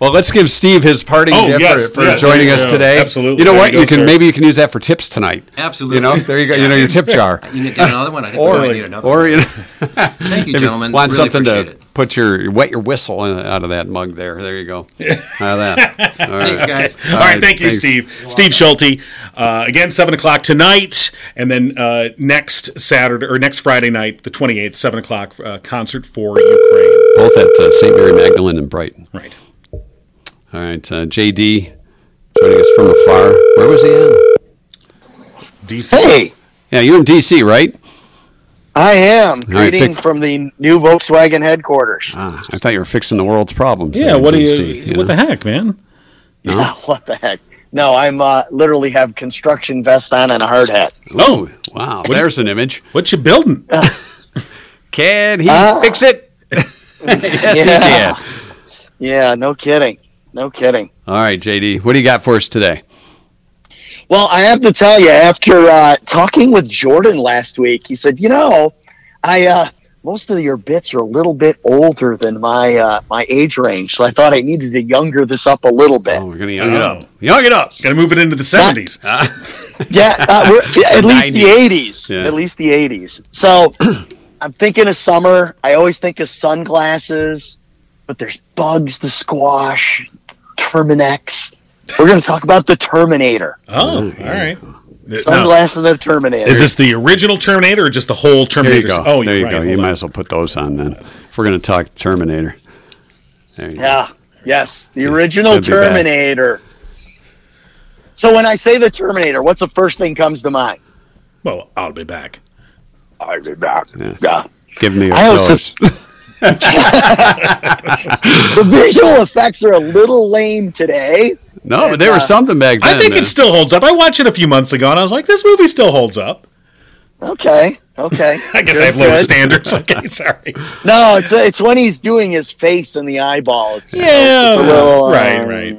[SPEAKER 2] Well, let's give Steve his parting
[SPEAKER 3] Oh,
[SPEAKER 2] gift
[SPEAKER 3] yes,
[SPEAKER 2] for, for
[SPEAKER 3] yes,
[SPEAKER 2] joining
[SPEAKER 3] there you
[SPEAKER 2] us
[SPEAKER 3] go.
[SPEAKER 2] today.
[SPEAKER 3] Absolutely.
[SPEAKER 2] You know
[SPEAKER 3] There
[SPEAKER 2] what?
[SPEAKER 3] you
[SPEAKER 2] You,
[SPEAKER 3] go,
[SPEAKER 2] can
[SPEAKER 3] sir.
[SPEAKER 2] maybe you can use that for tips tonight.
[SPEAKER 8] Absolutely.
[SPEAKER 2] You know, there you go. You know your tip jar,
[SPEAKER 8] You need to do another one. I think we
[SPEAKER 2] or
[SPEAKER 8] might need another
[SPEAKER 2] or
[SPEAKER 8] one.
[SPEAKER 2] you know,
[SPEAKER 8] Thank you,
[SPEAKER 2] if you
[SPEAKER 8] gentlemen.
[SPEAKER 2] want
[SPEAKER 8] really
[SPEAKER 2] something to
[SPEAKER 8] appreciate it.
[SPEAKER 2] put your wet your whistle in, out of that mug there. There you go. How about that? All right.
[SPEAKER 8] Thanks, guys.
[SPEAKER 3] All right, thank you,
[SPEAKER 2] thanks.
[SPEAKER 3] Steve. Steve Schulte. Uh, again, seven o'clock tonight, and then uh, next Saturday or next Friday night, the twenty eighth, seven o'clock uh, concert for Ukraine.
[SPEAKER 2] Both at uh, St. Mary Magdalene and Brighton.
[SPEAKER 3] Right.
[SPEAKER 2] All right, uh, JD joining us from afar. Where was he at?
[SPEAKER 3] DC.
[SPEAKER 9] Hey,
[SPEAKER 2] Yeah, you're in D.C., right?
[SPEAKER 9] I am
[SPEAKER 2] right,
[SPEAKER 9] greeting
[SPEAKER 2] thank-
[SPEAKER 9] from the new Volkswagen headquarters.
[SPEAKER 2] Ah, I thought you were fixing the world's problems.
[SPEAKER 3] Yeah.
[SPEAKER 2] there in
[SPEAKER 3] What do you?
[SPEAKER 2] DC,
[SPEAKER 3] What the
[SPEAKER 2] know? Oh,
[SPEAKER 3] heck, man?
[SPEAKER 9] Yeah, what the heck? No, I'm uh, literally have construction vest on and a hard hat.
[SPEAKER 2] Oh, wow. There's an image.
[SPEAKER 3] What you building?
[SPEAKER 2] Can he
[SPEAKER 9] Ah.
[SPEAKER 2] fix it? yes,
[SPEAKER 9] Yeah.
[SPEAKER 2] he can.
[SPEAKER 9] Yeah, no kidding, no kidding.
[SPEAKER 2] All right, JD, what do you got for us today?
[SPEAKER 9] Well, I have to tell you, after uh, talking with Jordan last week, he said, "You know, I uh, most of your bits are a little bit older than my uh, my age range, so I thought I needed to younger this up a little bit."
[SPEAKER 2] Oh, we're gonna young it
[SPEAKER 3] Oh.
[SPEAKER 2] up. Young it up. Ah.
[SPEAKER 3] Got to move it into the seventies.
[SPEAKER 9] yeah, uh, we're, at least the 80s.
[SPEAKER 2] Yeah.
[SPEAKER 9] At least the 80s. So I'm thinking of summer. I always think of sunglasses, but there's bugs to squash, Terminex. We're going to talk about the Terminator.
[SPEAKER 3] Oh, all right. Now,
[SPEAKER 9] Sunglasses and the Terminator.
[SPEAKER 3] is this the original Terminator or just the whole
[SPEAKER 2] There you
[SPEAKER 3] Terminator?
[SPEAKER 2] go.
[SPEAKER 3] Oh, you're
[SPEAKER 2] there you
[SPEAKER 3] right.
[SPEAKER 2] go. You
[SPEAKER 3] Hold
[SPEAKER 2] might
[SPEAKER 3] on.
[SPEAKER 2] as well put those on then. If we're gonna talk Terminator. There you
[SPEAKER 9] Yeah. Yes. The original
[SPEAKER 2] Good to be back.
[SPEAKER 9] Terminator. So when I say the Terminator, what's the first thing comes to mind?
[SPEAKER 3] Well, I'll be back.
[SPEAKER 9] I'll be back.
[SPEAKER 2] Yes.
[SPEAKER 9] Yeah.
[SPEAKER 2] go. Give me your
[SPEAKER 9] I was
[SPEAKER 2] those.
[SPEAKER 9] The visual effects are a little lame today.
[SPEAKER 2] no, but there
[SPEAKER 9] Uh,
[SPEAKER 2] was something back then.
[SPEAKER 3] I think
[SPEAKER 2] man.
[SPEAKER 3] it still holds up. I watched it a few months ago, and I was like, "This movie still holds up."
[SPEAKER 9] Okay. Okay.
[SPEAKER 3] I guess
[SPEAKER 9] Good,
[SPEAKER 3] I have lower
[SPEAKER 9] good.
[SPEAKER 3] standards. Okay, sorry.
[SPEAKER 9] No, it's it's when he's doing his face and the eyeball. It's,
[SPEAKER 3] Yeah,
[SPEAKER 9] it's a little,
[SPEAKER 3] right,
[SPEAKER 9] um,
[SPEAKER 3] right.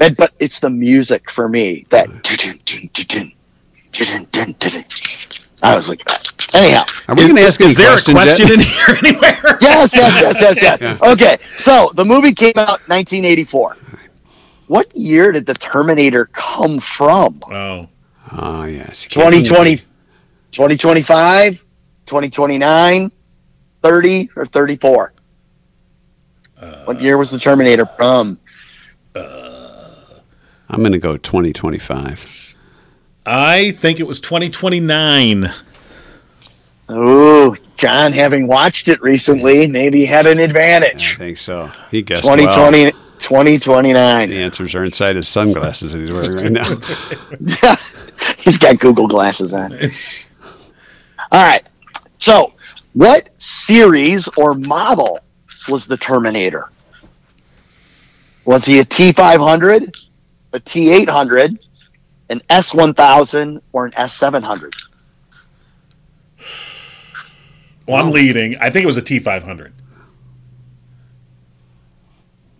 [SPEAKER 9] and- but it's the music for me that. dun-dun, dun-dun, dun-dun, dun-dun, dun-dun. I was like, anyhow.
[SPEAKER 2] Are we gonna ask
[SPEAKER 3] Is there a
[SPEAKER 2] Jet?
[SPEAKER 3] question in here anywhere?
[SPEAKER 9] Yes, yes, yes, yes, yes. Okay, so the movie came out 1984. What year did the Terminator come from?
[SPEAKER 3] Oh,
[SPEAKER 2] Oh yes.
[SPEAKER 9] 2020, 2025, 2029, 30, or 34? what year was the Terminator from?
[SPEAKER 2] I'm gonna go twenty twenty five.
[SPEAKER 3] I think it was 2029.
[SPEAKER 9] Ooh, John, having watched it recently, maybe had an advantage.
[SPEAKER 2] I think so. He guessed
[SPEAKER 9] 2020,
[SPEAKER 2] well.
[SPEAKER 9] 2029.
[SPEAKER 2] The answers are inside his sunglasses that he's wearing right now.
[SPEAKER 9] He's got Google glasses on. All right. So, what series or model was the Terminator? Was he a T500, a T800, an S1000, or an S700?
[SPEAKER 3] Well,
[SPEAKER 9] Oh.
[SPEAKER 3] I'm leading. I think it was a T500.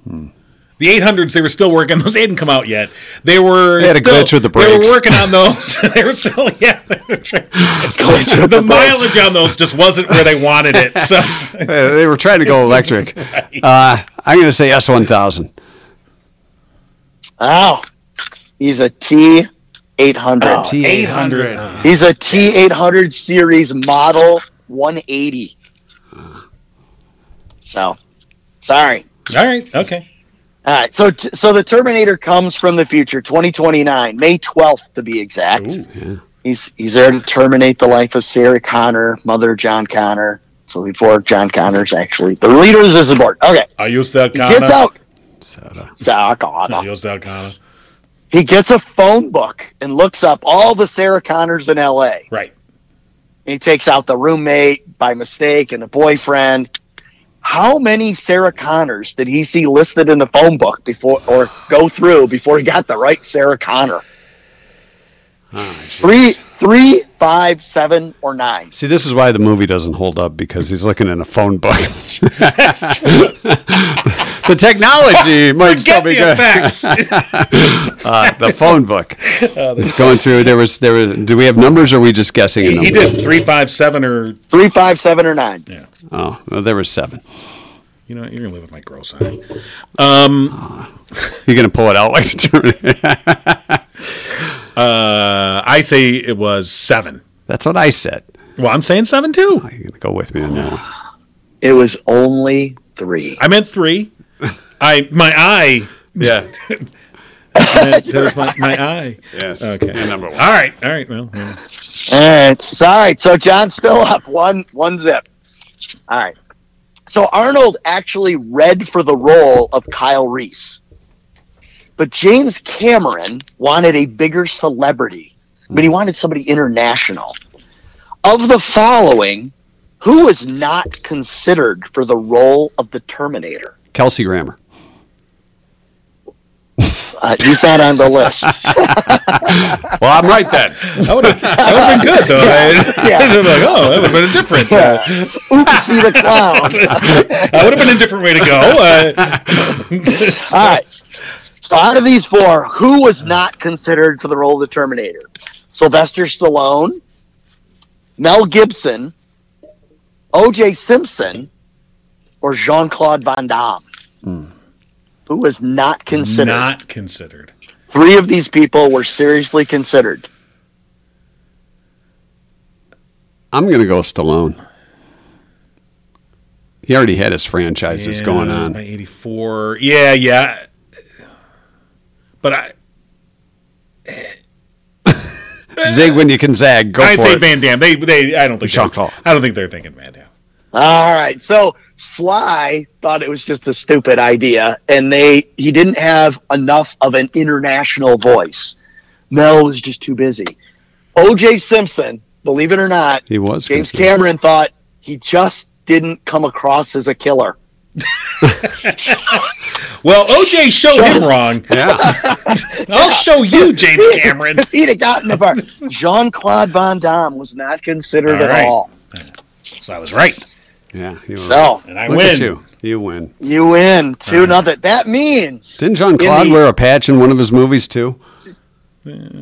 [SPEAKER 2] Hmm.
[SPEAKER 3] The 800s, they were still working. Those hadn't come out yet. They were
[SPEAKER 2] They had a
[SPEAKER 3] still,
[SPEAKER 2] glitch with the
[SPEAKER 3] They
[SPEAKER 2] brakes.
[SPEAKER 3] were working on those. they were still, yeah. They were trying, the mileage on those just wasn't where they wanted it. So,
[SPEAKER 2] Uh, they were trying to go electric. Uh, I'm going to say S1000.
[SPEAKER 9] Oh, He's a T eight
[SPEAKER 3] Oh,
[SPEAKER 9] hundred.
[SPEAKER 3] Uh-huh.
[SPEAKER 9] He's a T eight hundred series model one eighty. So, sorry.
[SPEAKER 3] All right. Okay.
[SPEAKER 9] All right. So, so the Terminator comes from the future, twenty twenty nine, May twelfth to be exact. He's he's there to terminate the life of Sarah Connor, mother of John Connor. So before John Connor's actually the leader of this board. Okay,
[SPEAKER 3] I use that
[SPEAKER 9] he
[SPEAKER 3] kind
[SPEAKER 9] gets out.
[SPEAKER 2] Sada.
[SPEAKER 9] Sarah Connor.
[SPEAKER 3] I use that kind of.
[SPEAKER 9] He gets a phone book and looks up all the Sarah Connors in L.A.
[SPEAKER 3] Right.
[SPEAKER 9] He takes out the roommate by mistake and the boyfriend. How many Sarah Connors did he see listed in the phone book before or go through before he got the right Sarah Connor? Three, three, five, seven, or nine.
[SPEAKER 2] See, this is why the movie doesn't hold up because he's looking in a phone book. the technology might still
[SPEAKER 3] Get
[SPEAKER 2] be
[SPEAKER 3] the
[SPEAKER 2] good.
[SPEAKER 3] effects.
[SPEAKER 2] Uh, the phone book.
[SPEAKER 3] Oh,
[SPEAKER 2] It's going through. There was there. Was, do we have numbers? or Are we just guessing? a
[SPEAKER 3] he
[SPEAKER 2] number?
[SPEAKER 3] did three, five, seven, or
[SPEAKER 9] Three, five, seven, or nine.
[SPEAKER 2] Oh, well, there was seven.
[SPEAKER 3] you know, you're gonna live with my gross eye. Um,
[SPEAKER 2] Ah. You're gonna pull it out like the Terminator.
[SPEAKER 3] Uh, I say it was seven.
[SPEAKER 2] That's what I said.
[SPEAKER 3] Well, I'm saying seven too.
[SPEAKER 2] You're gonna go with me on that one.
[SPEAKER 9] It was only three.
[SPEAKER 3] I meant three. I my eye.
[SPEAKER 2] Yeah.
[SPEAKER 3] meant- There's my, my eye.
[SPEAKER 2] Yes.
[SPEAKER 3] Okay.
[SPEAKER 2] You're number one.
[SPEAKER 3] All right. All right. Well. yeah.
[SPEAKER 9] All right. Sorry. So John's still up one one zip. All right. So Arnold actually read for the role of Kyle Reese. But James Cameron wanted a bigger celebrity. But he wanted somebody international. Of the following, who was not considered for the role of the Terminator?
[SPEAKER 2] Kelsey Grammer.
[SPEAKER 9] Uh, he's not on the list.
[SPEAKER 2] Well, I'm right then.
[SPEAKER 3] That would have been good though. I,
[SPEAKER 9] Yeah.
[SPEAKER 3] I would've been like, oh, that would have been a different. uh,
[SPEAKER 9] Oopsie the clown.
[SPEAKER 3] that would have been a different way to go. Uh,
[SPEAKER 9] All right. So out of these four, who was not considered for the role of the Terminator? Sylvester Stallone, Mel Gibson, O.J. Simpson, or Jean Claude Van Damme? Who was not considered?
[SPEAKER 3] not considered.
[SPEAKER 9] Three of these people were seriously considered.
[SPEAKER 2] I'm gonna go Stallone. He already had his franchise that's
[SPEAKER 3] Yeah,
[SPEAKER 2] going
[SPEAKER 3] that was
[SPEAKER 2] on.
[SPEAKER 3] My 84. Yeah, yeah. But I,
[SPEAKER 2] Zig when you can zag. Go
[SPEAKER 3] I
[SPEAKER 2] for
[SPEAKER 3] say
[SPEAKER 2] it.
[SPEAKER 3] Van Damme. They, they. I don't think.
[SPEAKER 2] Sean
[SPEAKER 3] they're-
[SPEAKER 2] Connery.
[SPEAKER 3] I don't think they're thinking Van Damme.
[SPEAKER 9] All right. So Sly thought it was just a stupid idea, and they he didn't have enough of an international voice. Mel was just too busy. O.J. Simpson, believe it or not,
[SPEAKER 2] He was
[SPEAKER 9] James
[SPEAKER 2] considered.
[SPEAKER 9] Cameron thought he just didn't come across as a killer.
[SPEAKER 3] Well, OJ showed him wrong.
[SPEAKER 2] Yeah.
[SPEAKER 3] I'll show you, James Cameron.
[SPEAKER 9] He'd have gotten the part. Jean Claude Van Damme was not considered
[SPEAKER 3] All
[SPEAKER 9] at
[SPEAKER 3] right.
[SPEAKER 9] all.
[SPEAKER 3] So I was right.
[SPEAKER 2] Yeah. he was.
[SPEAKER 9] So
[SPEAKER 3] And I
[SPEAKER 2] Look
[SPEAKER 3] win.
[SPEAKER 2] at you. You win.
[SPEAKER 9] you win two nothing. That means
[SPEAKER 2] Didn't John
[SPEAKER 9] the-
[SPEAKER 2] Claude wear a patch in one of his movies too?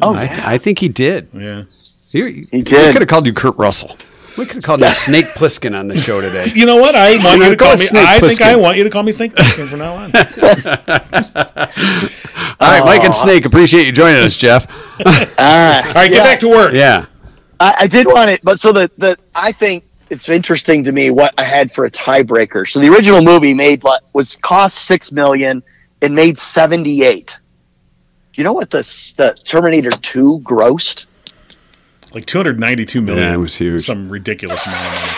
[SPEAKER 9] oh
[SPEAKER 2] I,
[SPEAKER 9] yeah.
[SPEAKER 2] I think he did.
[SPEAKER 3] Yeah.
[SPEAKER 2] He,
[SPEAKER 9] He
[SPEAKER 2] we
[SPEAKER 9] did.
[SPEAKER 2] could have called you Kurt Russell. We could have called you Snake Plissken on the show today.
[SPEAKER 3] You know what? I want you to
[SPEAKER 2] Go
[SPEAKER 3] call me.
[SPEAKER 2] Snake
[SPEAKER 3] I think
[SPEAKER 2] Plissken.
[SPEAKER 3] I want you to call me Snake Plissken from now on.
[SPEAKER 2] All right, Mike and Snake, appreciate you joining us, Jeff.
[SPEAKER 3] All right, get
[SPEAKER 9] Yeah.
[SPEAKER 3] back to work.
[SPEAKER 2] Yeah.
[SPEAKER 9] I, I did want it, but so the, the I think it's interesting to me what I had for a tiebreaker. So the original movie made like, was cost six million and made seventy eight. Do you know what the s- the Terminator Two grossed?
[SPEAKER 3] Like 292 million.
[SPEAKER 2] Yeah, it was huge.
[SPEAKER 3] Some ridiculous amount of money.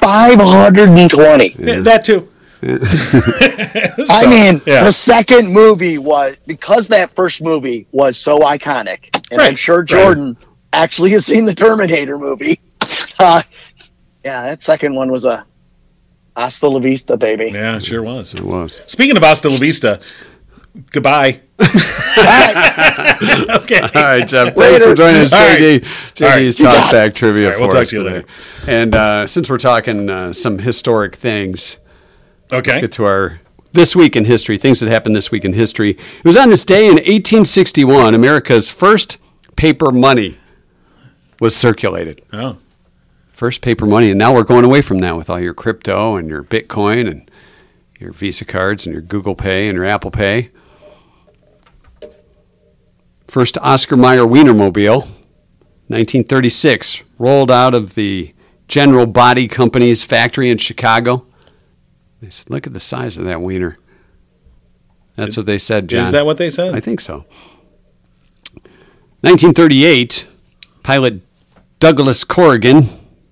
[SPEAKER 9] Five hundred and twenty.
[SPEAKER 3] Yeah, that too.
[SPEAKER 9] I mean,
[SPEAKER 3] yeah.
[SPEAKER 9] the second movie was because that first movie was so iconic, and I'm
[SPEAKER 3] Right,
[SPEAKER 9] sure
[SPEAKER 3] right.
[SPEAKER 9] Jordan actually has seen the Terminator movie. Uh, yeah, that second one was a hasta la vista, baby.
[SPEAKER 3] Yeah, it sure was.
[SPEAKER 2] It was.
[SPEAKER 3] Speaking of Hasta La Vista, goodbye. okay.
[SPEAKER 2] All right, Jeff. Uh, Thanks for joining us,
[SPEAKER 3] All right.
[SPEAKER 2] JD.
[SPEAKER 3] All right.
[SPEAKER 2] JD's toss back trivia
[SPEAKER 3] All right, we'll
[SPEAKER 2] for
[SPEAKER 3] talk
[SPEAKER 2] us
[SPEAKER 3] to you
[SPEAKER 2] today.
[SPEAKER 3] later.
[SPEAKER 2] And uh, since we're talking uh, some historic things,
[SPEAKER 3] Okay.
[SPEAKER 2] get to our this week in history, things that happened this week in history. It was on this day in 1861, America's first paper money was circulated.
[SPEAKER 3] Oh.
[SPEAKER 2] First paper money, and now we're going away from that with all your crypto and your Bitcoin and your Visa cards and your Google Pay and your Apple Pay. First Oscar Mayer Wienermobile, 1936, rolled out of the General Body Company's factory in Chicago. They said, "Look at the size of that wiener." That's what they said, John.
[SPEAKER 3] Is that what they said?
[SPEAKER 2] I think so. 1938, pilot Douglas Corrigan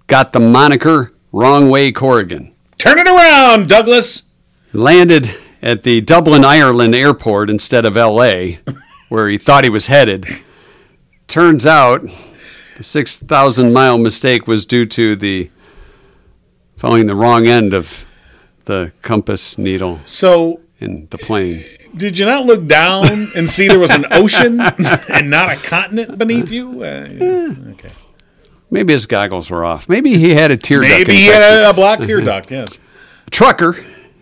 [SPEAKER 2] got the moniker Wrong Way Corrigan.
[SPEAKER 3] Turn it around, Douglas.
[SPEAKER 2] Landed at the Dublin, Ireland airport instead of LA, where he thought he was headed. Turns out the 6,000 mile mistake was due to the following the wrong end of the compass needle
[SPEAKER 3] So,
[SPEAKER 2] in the plane.
[SPEAKER 3] did you not look down and see there was an ocean and not a continent beneath you? Uh, yeah. okay.
[SPEAKER 2] Maybe his goggles were off. Maybe he had a tear duct
[SPEAKER 3] Maybe he
[SPEAKER 2] infection.
[SPEAKER 3] had a, a blocked tear duct. Yes.
[SPEAKER 2] A trucker,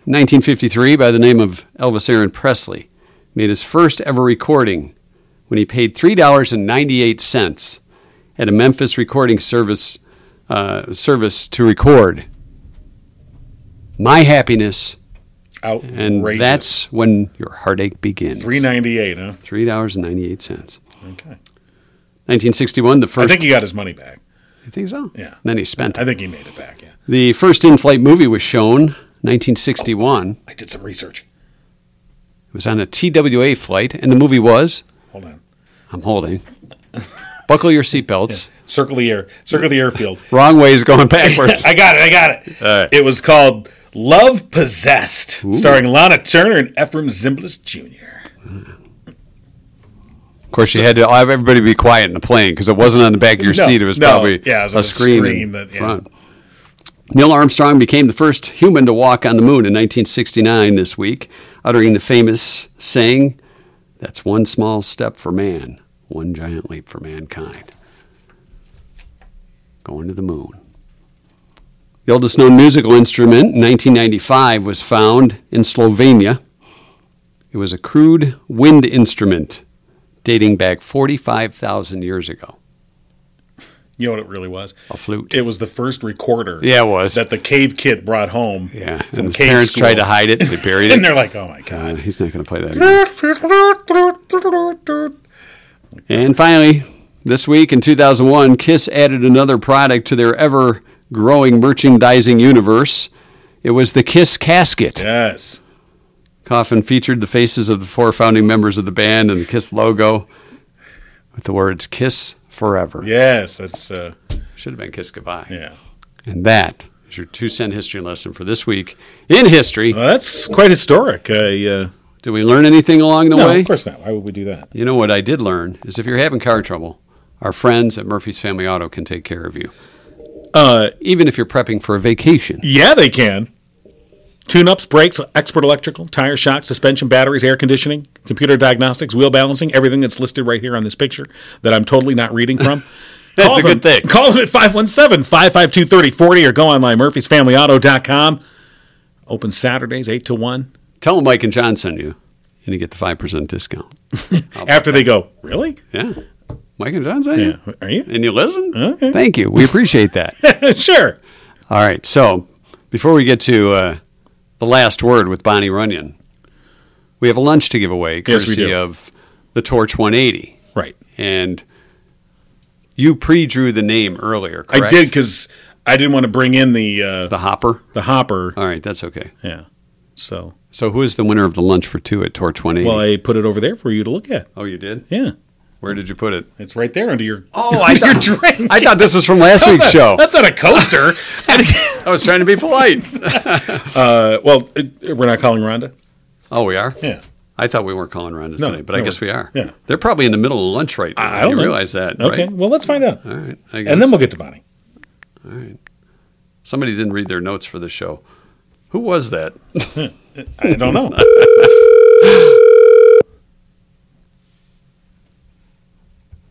[SPEAKER 2] 1953, by the name of Elvis Aaron Presley, made his first ever recording when he paid $3.98 at a Memphis recording service, uh, service to record My Happiness,
[SPEAKER 3] Outrageous.
[SPEAKER 2] and that's when your heartache begins.
[SPEAKER 3] three ninety eight. Huh.
[SPEAKER 2] $3.98.
[SPEAKER 3] Okay.
[SPEAKER 2] 1961, the first.
[SPEAKER 3] I think he got his money back.
[SPEAKER 2] I think so.
[SPEAKER 3] Yeah.
[SPEAKER 2] Then he spent
[SPEAKER 3] I
[SPEAKER 2] it.
[SPEAKER 3] think he made it back. Yeah.
[SPEAKER 2] The first in flight movie was shown, 1961.
[SPEAKER 3] I did some research.
[SPEAKER 2] It was on a TWA flight, and the movie was
[SPEAKER 3] Hold on.
[SPEAKER 2] I'm holding. Buckle your seatbelts.
[SPEAKER 3] Circle the air. Circle the airfield.
[SPEAKER 2] Wrong way is going backwards.
[SPEAKER 3] I got it. I got it.
[SPEAKER 2] right.
[SPEAKER 3] It was called Love Possessed, starring Lana Turner and Ephraim Zimbalist Jr.
[SPEAKER 2] of course, you had to have everybody be quiet in the plane because it wasn't on the back of your
[SPEAKER 3] No,
[SPEAKER 2] seat. It was
[SPEAKER 3] no,
[SPEAKER 2] probably
[SPEAKER 3] yeah, it was on
[SPEAKER 2] a
[SPEAKER 3] a
[SPEAKER 2] screen, in
[SPEAKER 3] screen that- yeah.
[SPEAKER 2] front. Neil Armstrong became the first human to walk on the moon in 1969 this week, uttering the famous saying, That's one small step for man, one giant leap for mankind. Going to the moon. The oldest known musical instrument, in 1995, was found in Slovenia. It was a crude wind instrument dating back 45,000 years ago.
[SPEAKER 3] You know what it really was?
[SPEAKER 2] A flute.
[SPEAKER 3] It was the first recorder.
[SPEAKER 2] Yeah, it was.
[SPEAKER 3] That the cave kid brought home.
[SPEAKER 2] yeah.
[SPEAKER 3] From
[SPEAKER 2] And his
[SPEAKER 3] cave
[SPEAKER 2] parents
[SPEAKER 3] school.
[SPEAKER 2] tried to hide it. They buried
[SPEAKER 3] And
[SPEAKER 2] it.
[SPEAKER 3] they're like, oh my
[SPEAKER 2] Uh,
[SPEAKER 3] God.
[SPEAKER 2] he's not going to play that. again. And finally, this week in 2001, Kiss added another product to their ever growing merchandising universe. It was the Kiss casket.
[SPEAKER 3] Yes.
[SPEAKER 2] Coffin featured the faces of the four founding members of the band and the Kiss logo with the words Kiss Forever.
[SPEAKER 3] Yes. That's, uh,
[SPEAKER 2] Should have been Kiss Goodbye.
[SPEAKER 3] yeah.
[SPEAKER 2] And that is your two cent history lesson for this week in history.
[SPEAKER 3] Well, that's quite historic. I, uh,
[SPEAKER 2] Did we learn anything along the
[SPEAKER 3] no,
[SPEAKER 2] way?
[SPEAKER 3] of course not. Why would we do that?
[SPEAKER 2] You know what I did learn is if you're having car trouble, our friends at Murphy's Family Auto can take care of you.
[SPEAKER 3] Uh,
[SPEAKER 2] Even if you're prepping for a vacation.
[SPEAKER 3] Yeah, they can. Tune ups, brakes, expert electrical, tire shock, suspension, batteries, air conditioning, computer diagnostics, wheel balancing, everything that's listed right here on this picture that I'm totally not reading from.
[SPEAKER 2] That's
[SPEAKER 3] Call
[SPEAKER 2] a good
[SPEAKER 3] them-
[SPEAKER 2] thing.
[SPEAKER 3] Call them at 517 552 3040 or go online murphysfamilyauto.com. Open Saturdays, 8 to 1.
[SPEAKER 2] Tell them Mike and John sent you, and you get the 5% discount.
[SPEAKER 3] After they go, Really?
[SPEAKER 2] Yeah. Mike and John sent
[SPEAKER 3] Yeah.
[SPEAKER 2] you?
[SPEAKER 3] Are you?
[SPEAKER 2] And you listen?
[SPEAKER 3] Okay.
[SPEAKER 2] Thank you. We appreciate that.
[SPEAKER 3] sure.
[SPEAKER 2] All right. So before we get to uh, the last word with Bonnie Runyon, we have a lunch to give away
[SPEAKER 3] Yes,
[SPEAKER 2] courtesy
[SPEAKER 3] we do.
[SPEAKER 2] of the Torch 180.
[SPEAKER 3] Right.
[SPEAKER 2] And you pre-drew the name earlier, correct?
[SPEAKER 3] I did because I didn't want to bring in the, uh,
[SPEAKER 2] The Hopper.
[SPEAKER 3] the hopper.
[SPEAKER 2] All right, that's okay.
[SPEAKER 3] Yeah. So,
[SPEAKER 2] So who is the winner of the lunch for two at Torch 180?
[SPEAKER 3] well, I put it over there for you to look at.
[SPEAKER 2] oh, you did?
[SPEAKER 3] Yeah.
[SPEAKER 2] Where did you put it?
[SPEAKER 3] It's right there under your
[SPEAKER 2] Oh, I
[SPEAKER 3] your drink.
[SPEAKER 2] I thought this was from last week's
[SPEAKER 3] not,
[SPEAKER 2] show.
[SPEAKER 3] That's not a coaster.
[SPEAKER 2] I was trying to be polite.
[SPEAKER 3] uh, well, uh, we're not calling Rhonda.
[SPEAKER 2] oh, we are?
[SPEAKER 3] Yeah.
[SPEAKER 2] I thought we weren't calling around
[SPEAKER 3] No,
[SPEAKER 2] today, but I
[SPEAKER 3] no,
[SPEAKER 2] guess we are.
[SPEAKER 3] yeah.
[SPEAKER 2] They're probably in the middle of lunch right now.
[SPEAKER 3] I don't
[SPEAKER 2] you
[SPEAKER 3] know.
[SPEAKER 2] realize that,
[SPEAKER 3] Okay.
[SPEAKER 2] right?
[SPEAKER 3] Well, let's find out,
[SPEAKER 2] All right. I guess.
[SPEAKER 3] and then we'll get to Bonnie.
[SPEAKER 2] Somebody didn't read their notes for the show. Who was that?
[SPEAKER 3] I don't know.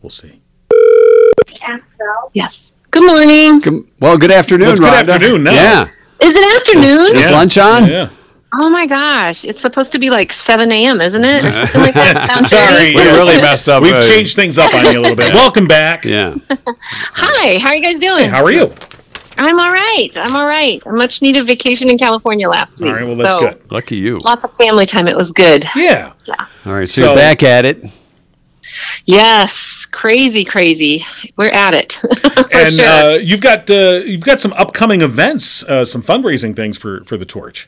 [SPEAKER 3] we'll see.
[SPEAKER 10] Yes. Good morning.
[SPEAKER 2] Good- Well, good afternoon,
[SPEAKER 3] It's good
[SPEAKER 2] Rhonda.
[SPEAKER 3] afternoon now.
[SPEAKER 2] Yeah.
[SPEAKER 10] Is it afternoon?
[SPEAKER 2] Is
[SPEAKER 3] Yeah.
[SPEAKER 2] lunch on?
[SPEAKER 3] Yeah.
[SPEAKER 10] Oh my gosh. It's supposed to be like 7 a.m., isn't it? Or something like that. 7:30?
[SPEAKER 3] Sorry,
[SPEAKER 2] We really messed up.
[SPEAKER 3] We've
[SPEAKER 2] uh,
[SPEAKER 3] changed things up on you a little bit. Welcome back.
[SPEAKER 2] Yeah.
[SPEAKER 10] Hi. How are you guys doing?
[SPEAKER 3] How are you?
[SPEAKER 10] I'm all right. I'm all right. A much needed vacation in California last
[SPEAKER 3] All
[SPEAKER 10] week.
[SPEAKER 3] right. Well, that's
[SPEAKER 10] so
[SPEAKER 3] good.
[SPEAKER 2] Lucky you.
[SPEAKER 10] Lots of family time. It was good.
[SPEAKER 3] Yeah.
[SPEAKER 2] All right. So,
[SPEAKER 3] So-
[SPEAKER 2] you're back at it.
[SPEAKER 10] Yes, crazy, crazy. We're at it.
[SPEAKER 3] and uh, you've got uh, you've got some upcoming events, uh, some fundraising things for for the torch.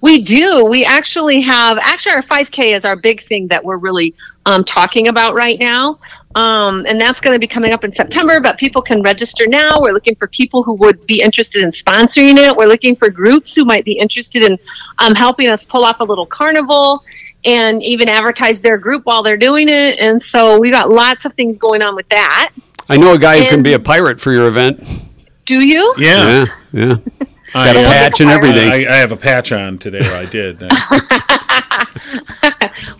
[SPEAKER 10] We do. We actually have actually our 5K is our big thing that we're really um, talking about right now, um, and that's going to be coming up in September. But people can register now. We're looking for people who would be interested in sponsoring it. We're looking for groups who might be interested in um, helping us pull off a little carnival and even advertise their group while they're doing it. And so we got lots of things going on with that.
[SPEAKER 2] I know a guy who can
[SPEAKER 10] And-
[SPEAKER 2] be a pirate for your event.
[SPEAKER 10] Do you?
[SPEAKER 2] Yeah, yeah.
[SPEAKER 3] I, uh,
[SPEAKER 2] Got a patch and everything.
[SPEAKER 3] I, I have a patch on today. or I did. I-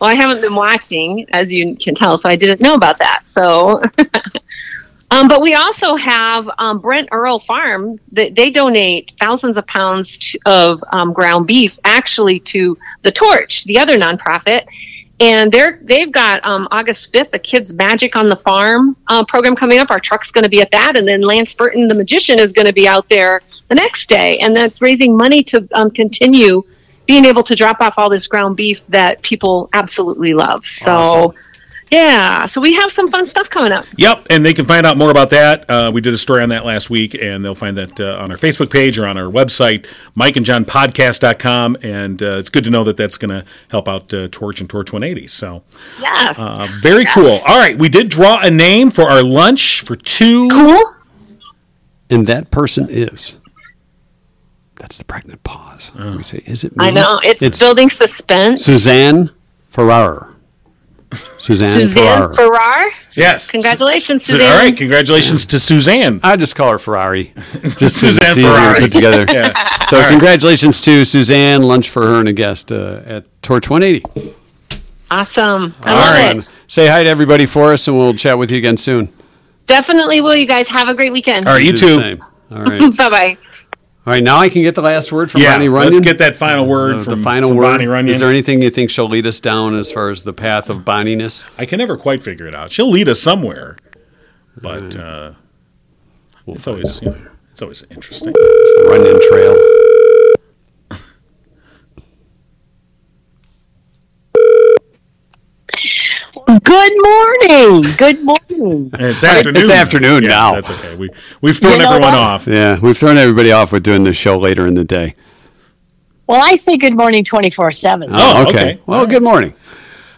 [SPEAKER 10] Well, I haven't been watching, as you can tell, so I didn't know about that. So, um, but we also have um, Brent Earl Farm. They, they donate thousands of pounds to, of um, ground beef, actually, to the Torch, the other nonprofit. And they're they've got um, August fifth, a kids' magic on the farm uh, program coming up. Our truck's going to be at that, and then Lance Burton, the magician, is going to be out there the next day, and that's raising money to um, continue being able to drop off all this ground beef that people absolutely love. So, yeah, so we have some fun stuff coming up.
[SPEAKER 3] yep, and they can find out more about that. Uh, we did a story on that last week, and they'll find that uh, on our Facebook page or on our website, MikeandJohnPodcast.com. And uh, it's good to know that that's going to help out uh, Torch and Torch 180. So.
[SPEAKER 10] Yes.
[SPEAKER 3] Uh, very cool. All right, we did draw a name for our lunch for two.
[SPEAKER 10] Cool.
[SPEAKER 2] And that person is. That's the pregnant pause.
[SPEAKER 3] Oh.
[SPEAKER 2] Let me see. Is it me?
[SPEAKER 10] I know it's,
[SPEAKER 2] It's
[SPEAKER 10] building suspense.
[SPEAKER 2] Suzanne Ferrar. Suzanne,
[SPEAKER 10] Suzanne
[SPEAKER 2] Ferrar.
[SPEAKER 10] Ferrar.
[SPEAKER 3] Yes.
[SPEAKER 10] Congratulations,
[SPEAKER 3] Su-
[SPEAKER 10] Suzanne.
[SPEAKER 3] All right, congratulations to Suzanne.
[SPEAKER 2] I just call her Ferrari. Just so
[SPEAKER 3] Suzanne
[SPEAKER 2] it's easier
[SPEAKER 3] Ferrari.
[SPEAKER 2] to put together.
[SPEAKER 3] Yeah.
[SPEAKER 2] So, congratulations to Suzanne. Lunch for her and a guest uh, at Torch 180.
[SPEAKER 10] Awesome. I
[SPEAKER 2] All
[SPEAKER 10] love
[SPEAKER 2] right.
[SPEAKER 10] it.
[SPEAKER 2] Say hi to everybody for us, and we'll chat with you again soon.
[SPEAKER 10] Definitely will. You guys have a great weekend.
[SPEAKER 3] All right, you
[SPEAKER 2] Do the
[SPEAKER 3] too.
[SPEAKER 2] same. All right. All
[SPEAKER 10] Bye bye.
[SPEAKER 2] right. Now I can get the last word from
[SPEAKER 3] Yeah,
[SPEAKER 2] Ronnie Runyon.
[SPEAKER 3] let's get that final word
[SPEAKER 2] Uh,
[SPEAKER 3] from
[SPEAKER 2] the final
[SPEAKER 3] from
[SPEAKER 2] word.
[SPEAKER 3] Bonnie Runyon.
[SPEAKER 2] Is there anything you think she'll lead us down as far as the path of Bonniness?
[SPEAKER 3] I can never quite figure it out. She'll lead us somewhere, but
[SPEAKER 2] Hmm.
[SPEAKER 3] uh, it's always you know, it's always interesting.
[SPEAKER 2] It's the Runyon Trail.
[SPEAKER 1] Good morning. Good morning.
[SPEAKER 3] It's afternoon.
[SPEAKER 2] it's afternoon
[SPEAKER 3] yeah,
[SPEAKER 2] now.
[SPEAKER 3] That's okay. We we've thrown
[SPEAKER 1] You know
[SPEAKER 3] everyone
[SPEAKER 1] what?
[SPEAKER 3] off.
[SPEAKER 2] Yeah, we've thrown everybody off with doing this show later in the day.
[SPEAKER 1] Well, I say good morning 24 7.
[SPEAKER 3] Oh, okay.
[SPEAKER 2] Well, good morning.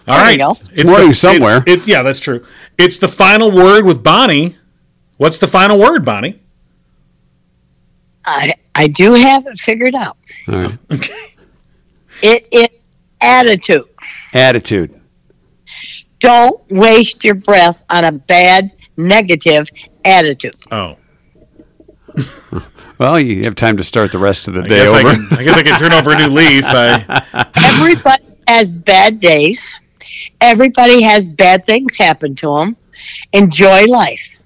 [SPEAKER 3] All
[SPEAKER 1] There
[SPEAKER 3] right,
[SPEAKER 1] you go.
[SPEAKER 3] it's
[SPEAKER 2] Morning
[SPEAKER 3] the,
[SPEAKER 2] somewhere.
[SPEAKER 3] It's, it's yeah, that's true. It's the final word with Bonnie. What's the final word, Bonnie?
[SPEAKER 1] I, I do have it figured out.
[SPEAKER 2] All right.
[SPEAKER 1] It is attitude.
[SPEAKER 2] Attitude.
[SPEAKER 1] Don't waste your breath on a bad, negative attitude.
[SPEAKER 3] Oh.
[SPEAKER 2] Well, you have time to start the rest of the
[SPEAKER 3] I
[SPEAKER 2] day
[SPEAKER 3] guess, I,
[SPEAKER 2] over.
[SPEAKER 3] can, I guess I can turn over a new leaf. I,
[SPEAKER 1] Everybody has bad days, everybody has bad things happen to them. Enjoy life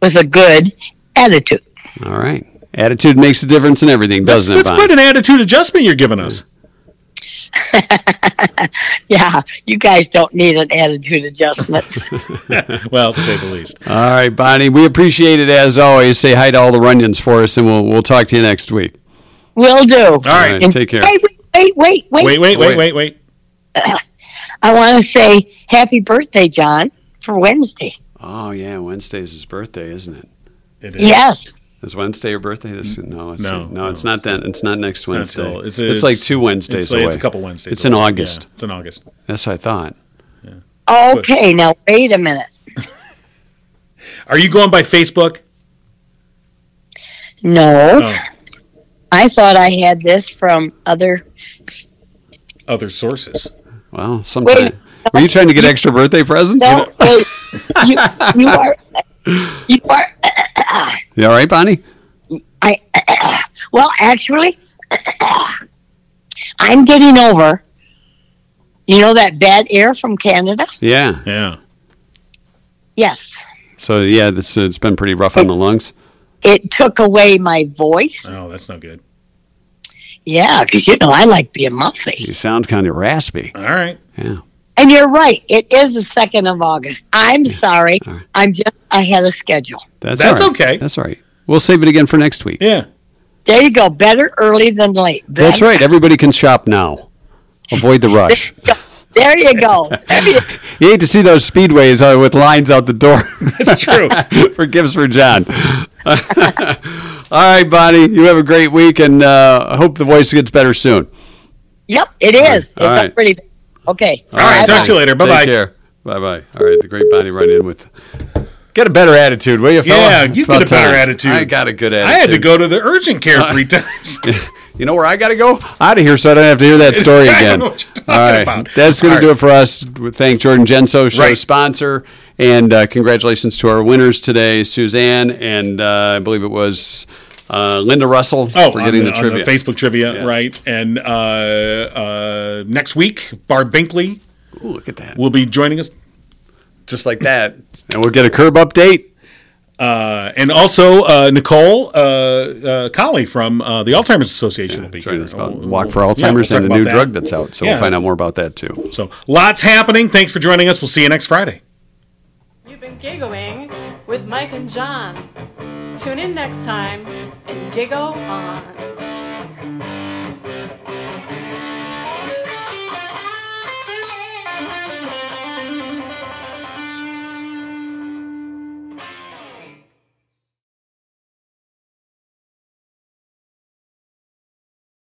[SPEAKER 1] with a good attitude.
[SPEAKER 2] All right. Attitude makes a difference in everything, doesn't
[SPEAKER 3] that's
[SPEAKER 2] it? Bonnie?
[SPEAKER 3] quite an attitude adjustment you're giving us.
[SPEAKER 1] Yeah, you guys don't need an attitude adjustment.
[SPEAKER 3] Well, to say the least.
[SPEAKER 2] All right, Bonnie. We appreciate it as always. Say hi to all the Runyons for us, and we'll we'll talk to you next week.
[SPEAKER 1] Will do.
[SPEAKER 3] All right.
[SPEAKER 2] All right, take care.
[SPEAKER 1] Hey, wait, wait, wait, wait.
[SPEAKER 3] Wait, wait, wait, wait, wait.
[SPEAKER 1] I want to say happy birthday, John, for Wednesday.
[SPEAKER 2] Oh yeah, Wednesday's his birthday, isn't it?
[SPEAKER 3] It is. Mm-hmm.
[SPEAKER 1] Yes.
[SPEAKER 2] Is Wednesday your birthday? This no, it's,
[SPEAKER 3] No,
[SPEAKER 2] no,
[SPEAKER 3] no.
[SPEAKER 2] it's not that. It's not next
[SPEAKER 3] Not
[SPEAKER 2] Wednesday.
[SPEAKER 3] till-
[SPEAKER 2] it's, like two Wednesdays
[SPEAKER 3] it's,
[SPEAKER 2] away.
[SPEAKER 3] It's a couple Wednesdays.
[SPEAKER 2] It's in
[SPEAKER 3] away.
[SPEAKER 2] August.
[SPEAKER 3] Yeah, it's in August.
[SPEAKER 2] That's what I thought.
[SPEAKER 1] Okay, now wait a minute.
[SPEAKER 3] Are you going by Facebook? Oh,
[SPEAKER 1] No,
[SPEAKER 3] No,
[SPEAKER 1] I thought I had this from other.
[SPEAKER 3] other sources.
[SPEAKER 2] Well, sometime. Were you trying to get extra birthday presents?
[SPEAKER 1] No, wait. you, you are. You are.
[SPEAKER 2] You all right, Bonnie?
[SPEAKER 1] I. Well, actually, I'm getting over. You know that bad air from Canada?
[SPEAKER 2] Yeah.
[SPEAKER 3] Yeah.
[SPEAKER 1] Yes.
[SPEAKER 2] So yeah, this, it's been pretty rough on the lungs.
[SPEAKER 1] It took away my voice.
[SPEAKER 3] Oh, that's no good.
[SPEAKER 1] Yeah, because you know I like being muffy.
[SPEAKER 2] You sound kind of raspy.
[SPEAKER 3] All right.
[SPEAKER 2] Yeah.
[SPEAKER 1] And you're right. It is the second of August. I'm sorry. I'm just I had a schedule.
[SPEAKER 2] That's
[SPEAKER 3] That's
[SPEAKER 2] all right.
[SPEAKER 3] okay.
[SPEAKER 2] That's all right. We'll save it again for next week.
[SPEAKER 3] Yeah.
[SPEAKER 1] There you go. Better early than late.
[SPEAKER 2] That's right. Everybody can shop now. Avoid the rush.
[SPEAKER 1] There you go.
[SPEAKER 2] You hate to see those speedways uh, with lines out the door. That's
[SPEAKER 3] true.
[SPEAKER 2] for gifts for John. All right, Bonnie. You have a great week, and uh, I hope the voice gets better soon.
[SPEAKER 1] Yep, it is. it's
[SPEAKER 2] All right.
[SPEAKER 1] up pretty. Okay.
[SPEAKER 3] All right, talk to you later. Bye
[SPEAKER 2] Take
[SPEAKER 3] bye.
[SPEAKER 2] care. Bye bye. All right, the great Bonnie right in with. Get a better attitude, will you, fella?
[SPEAKER 3] Yeah,
[SPEAKER 2] It's
[SPEAKER 3] you
[SPEAKER 2] about
[SPEAKER 3] get a better
[SPEAKER 2] time.
[SPEAKER 3] attitude.
[SPEAKER 2] I got a good
[SPEAKER 3] I
[SPEAKER 2] attitude.
[SPEAKER 3] had to go to the urgent care three times.
[SPEAKER 2] You know where I got to go? Out of here so I don't have to hear that story
[SPEAKER 3] I
[SPEAKER 2] again.
[SPEAKER 3] know what you're talking
[SPEAKER 2] All right.
[SPEAKER 3] about.
[SPEAKER 2] That's going
[SPEAKER 3] All
[SPEAKER 2] to do
[SPEAKER 3] right.
[SPEAKER 2] it for us. We Thank Jordan Genso, show
[SPEAKER 3] Right.
[SPEAKER 2] sponsor. And uh, congratulations to our winners today, Suzanne, and uh, I believe it was uh, Linda Russell
[SPEAKER 3] Oh,
[SPEAKER 2] for getting
[SPEAKER 3] on
[SPEAKER 2] the,
[SPEAKER 3] the, on the
[SPEAKER 2] trivia.
[SPEAKER 3] Facebook trivia, right? And uh, uh, next week, Barb Binkley
[SPEAKER 2] Ooh, look at that.
[SPEAKER 3] will be joining us,
[SPEAKER 2] Just like that. And we'll get a curb update.
[SPEAKER 3] uh, and also uh, Nicole uh, uh, Colley from uh, the Alzheimer's Association will be
[SPEAKER 2] Right,
[SPEAKER 3] here.
[SPEAKER 2] it's
[SPEAKER 3] We'll-
[SPEAKER 2] about
[SPEAKER 3] we'll-
[SPEAKER 2] Walk for
[SPEAKER 3] yeah, we'll
[SPEAKER 2] Alzheimer's
[SPEAKER 3] talk
[SPEAKER 2] and a
[SPEAKER 3] about
[SPEAKER 2] new
[SPEAKER 3] that.
[SPEAKER 2] drug that's out. So
[SPEAKER 3] Yeah.
[SPEAKER 2] we'll find out more about that too.
[SPEAKER 3] So lots happening. Thanks for joining us. We'll see you next Friday.
[SPEAKER 11] You've been giggling with Mike and John. Tune in next time and giggle on.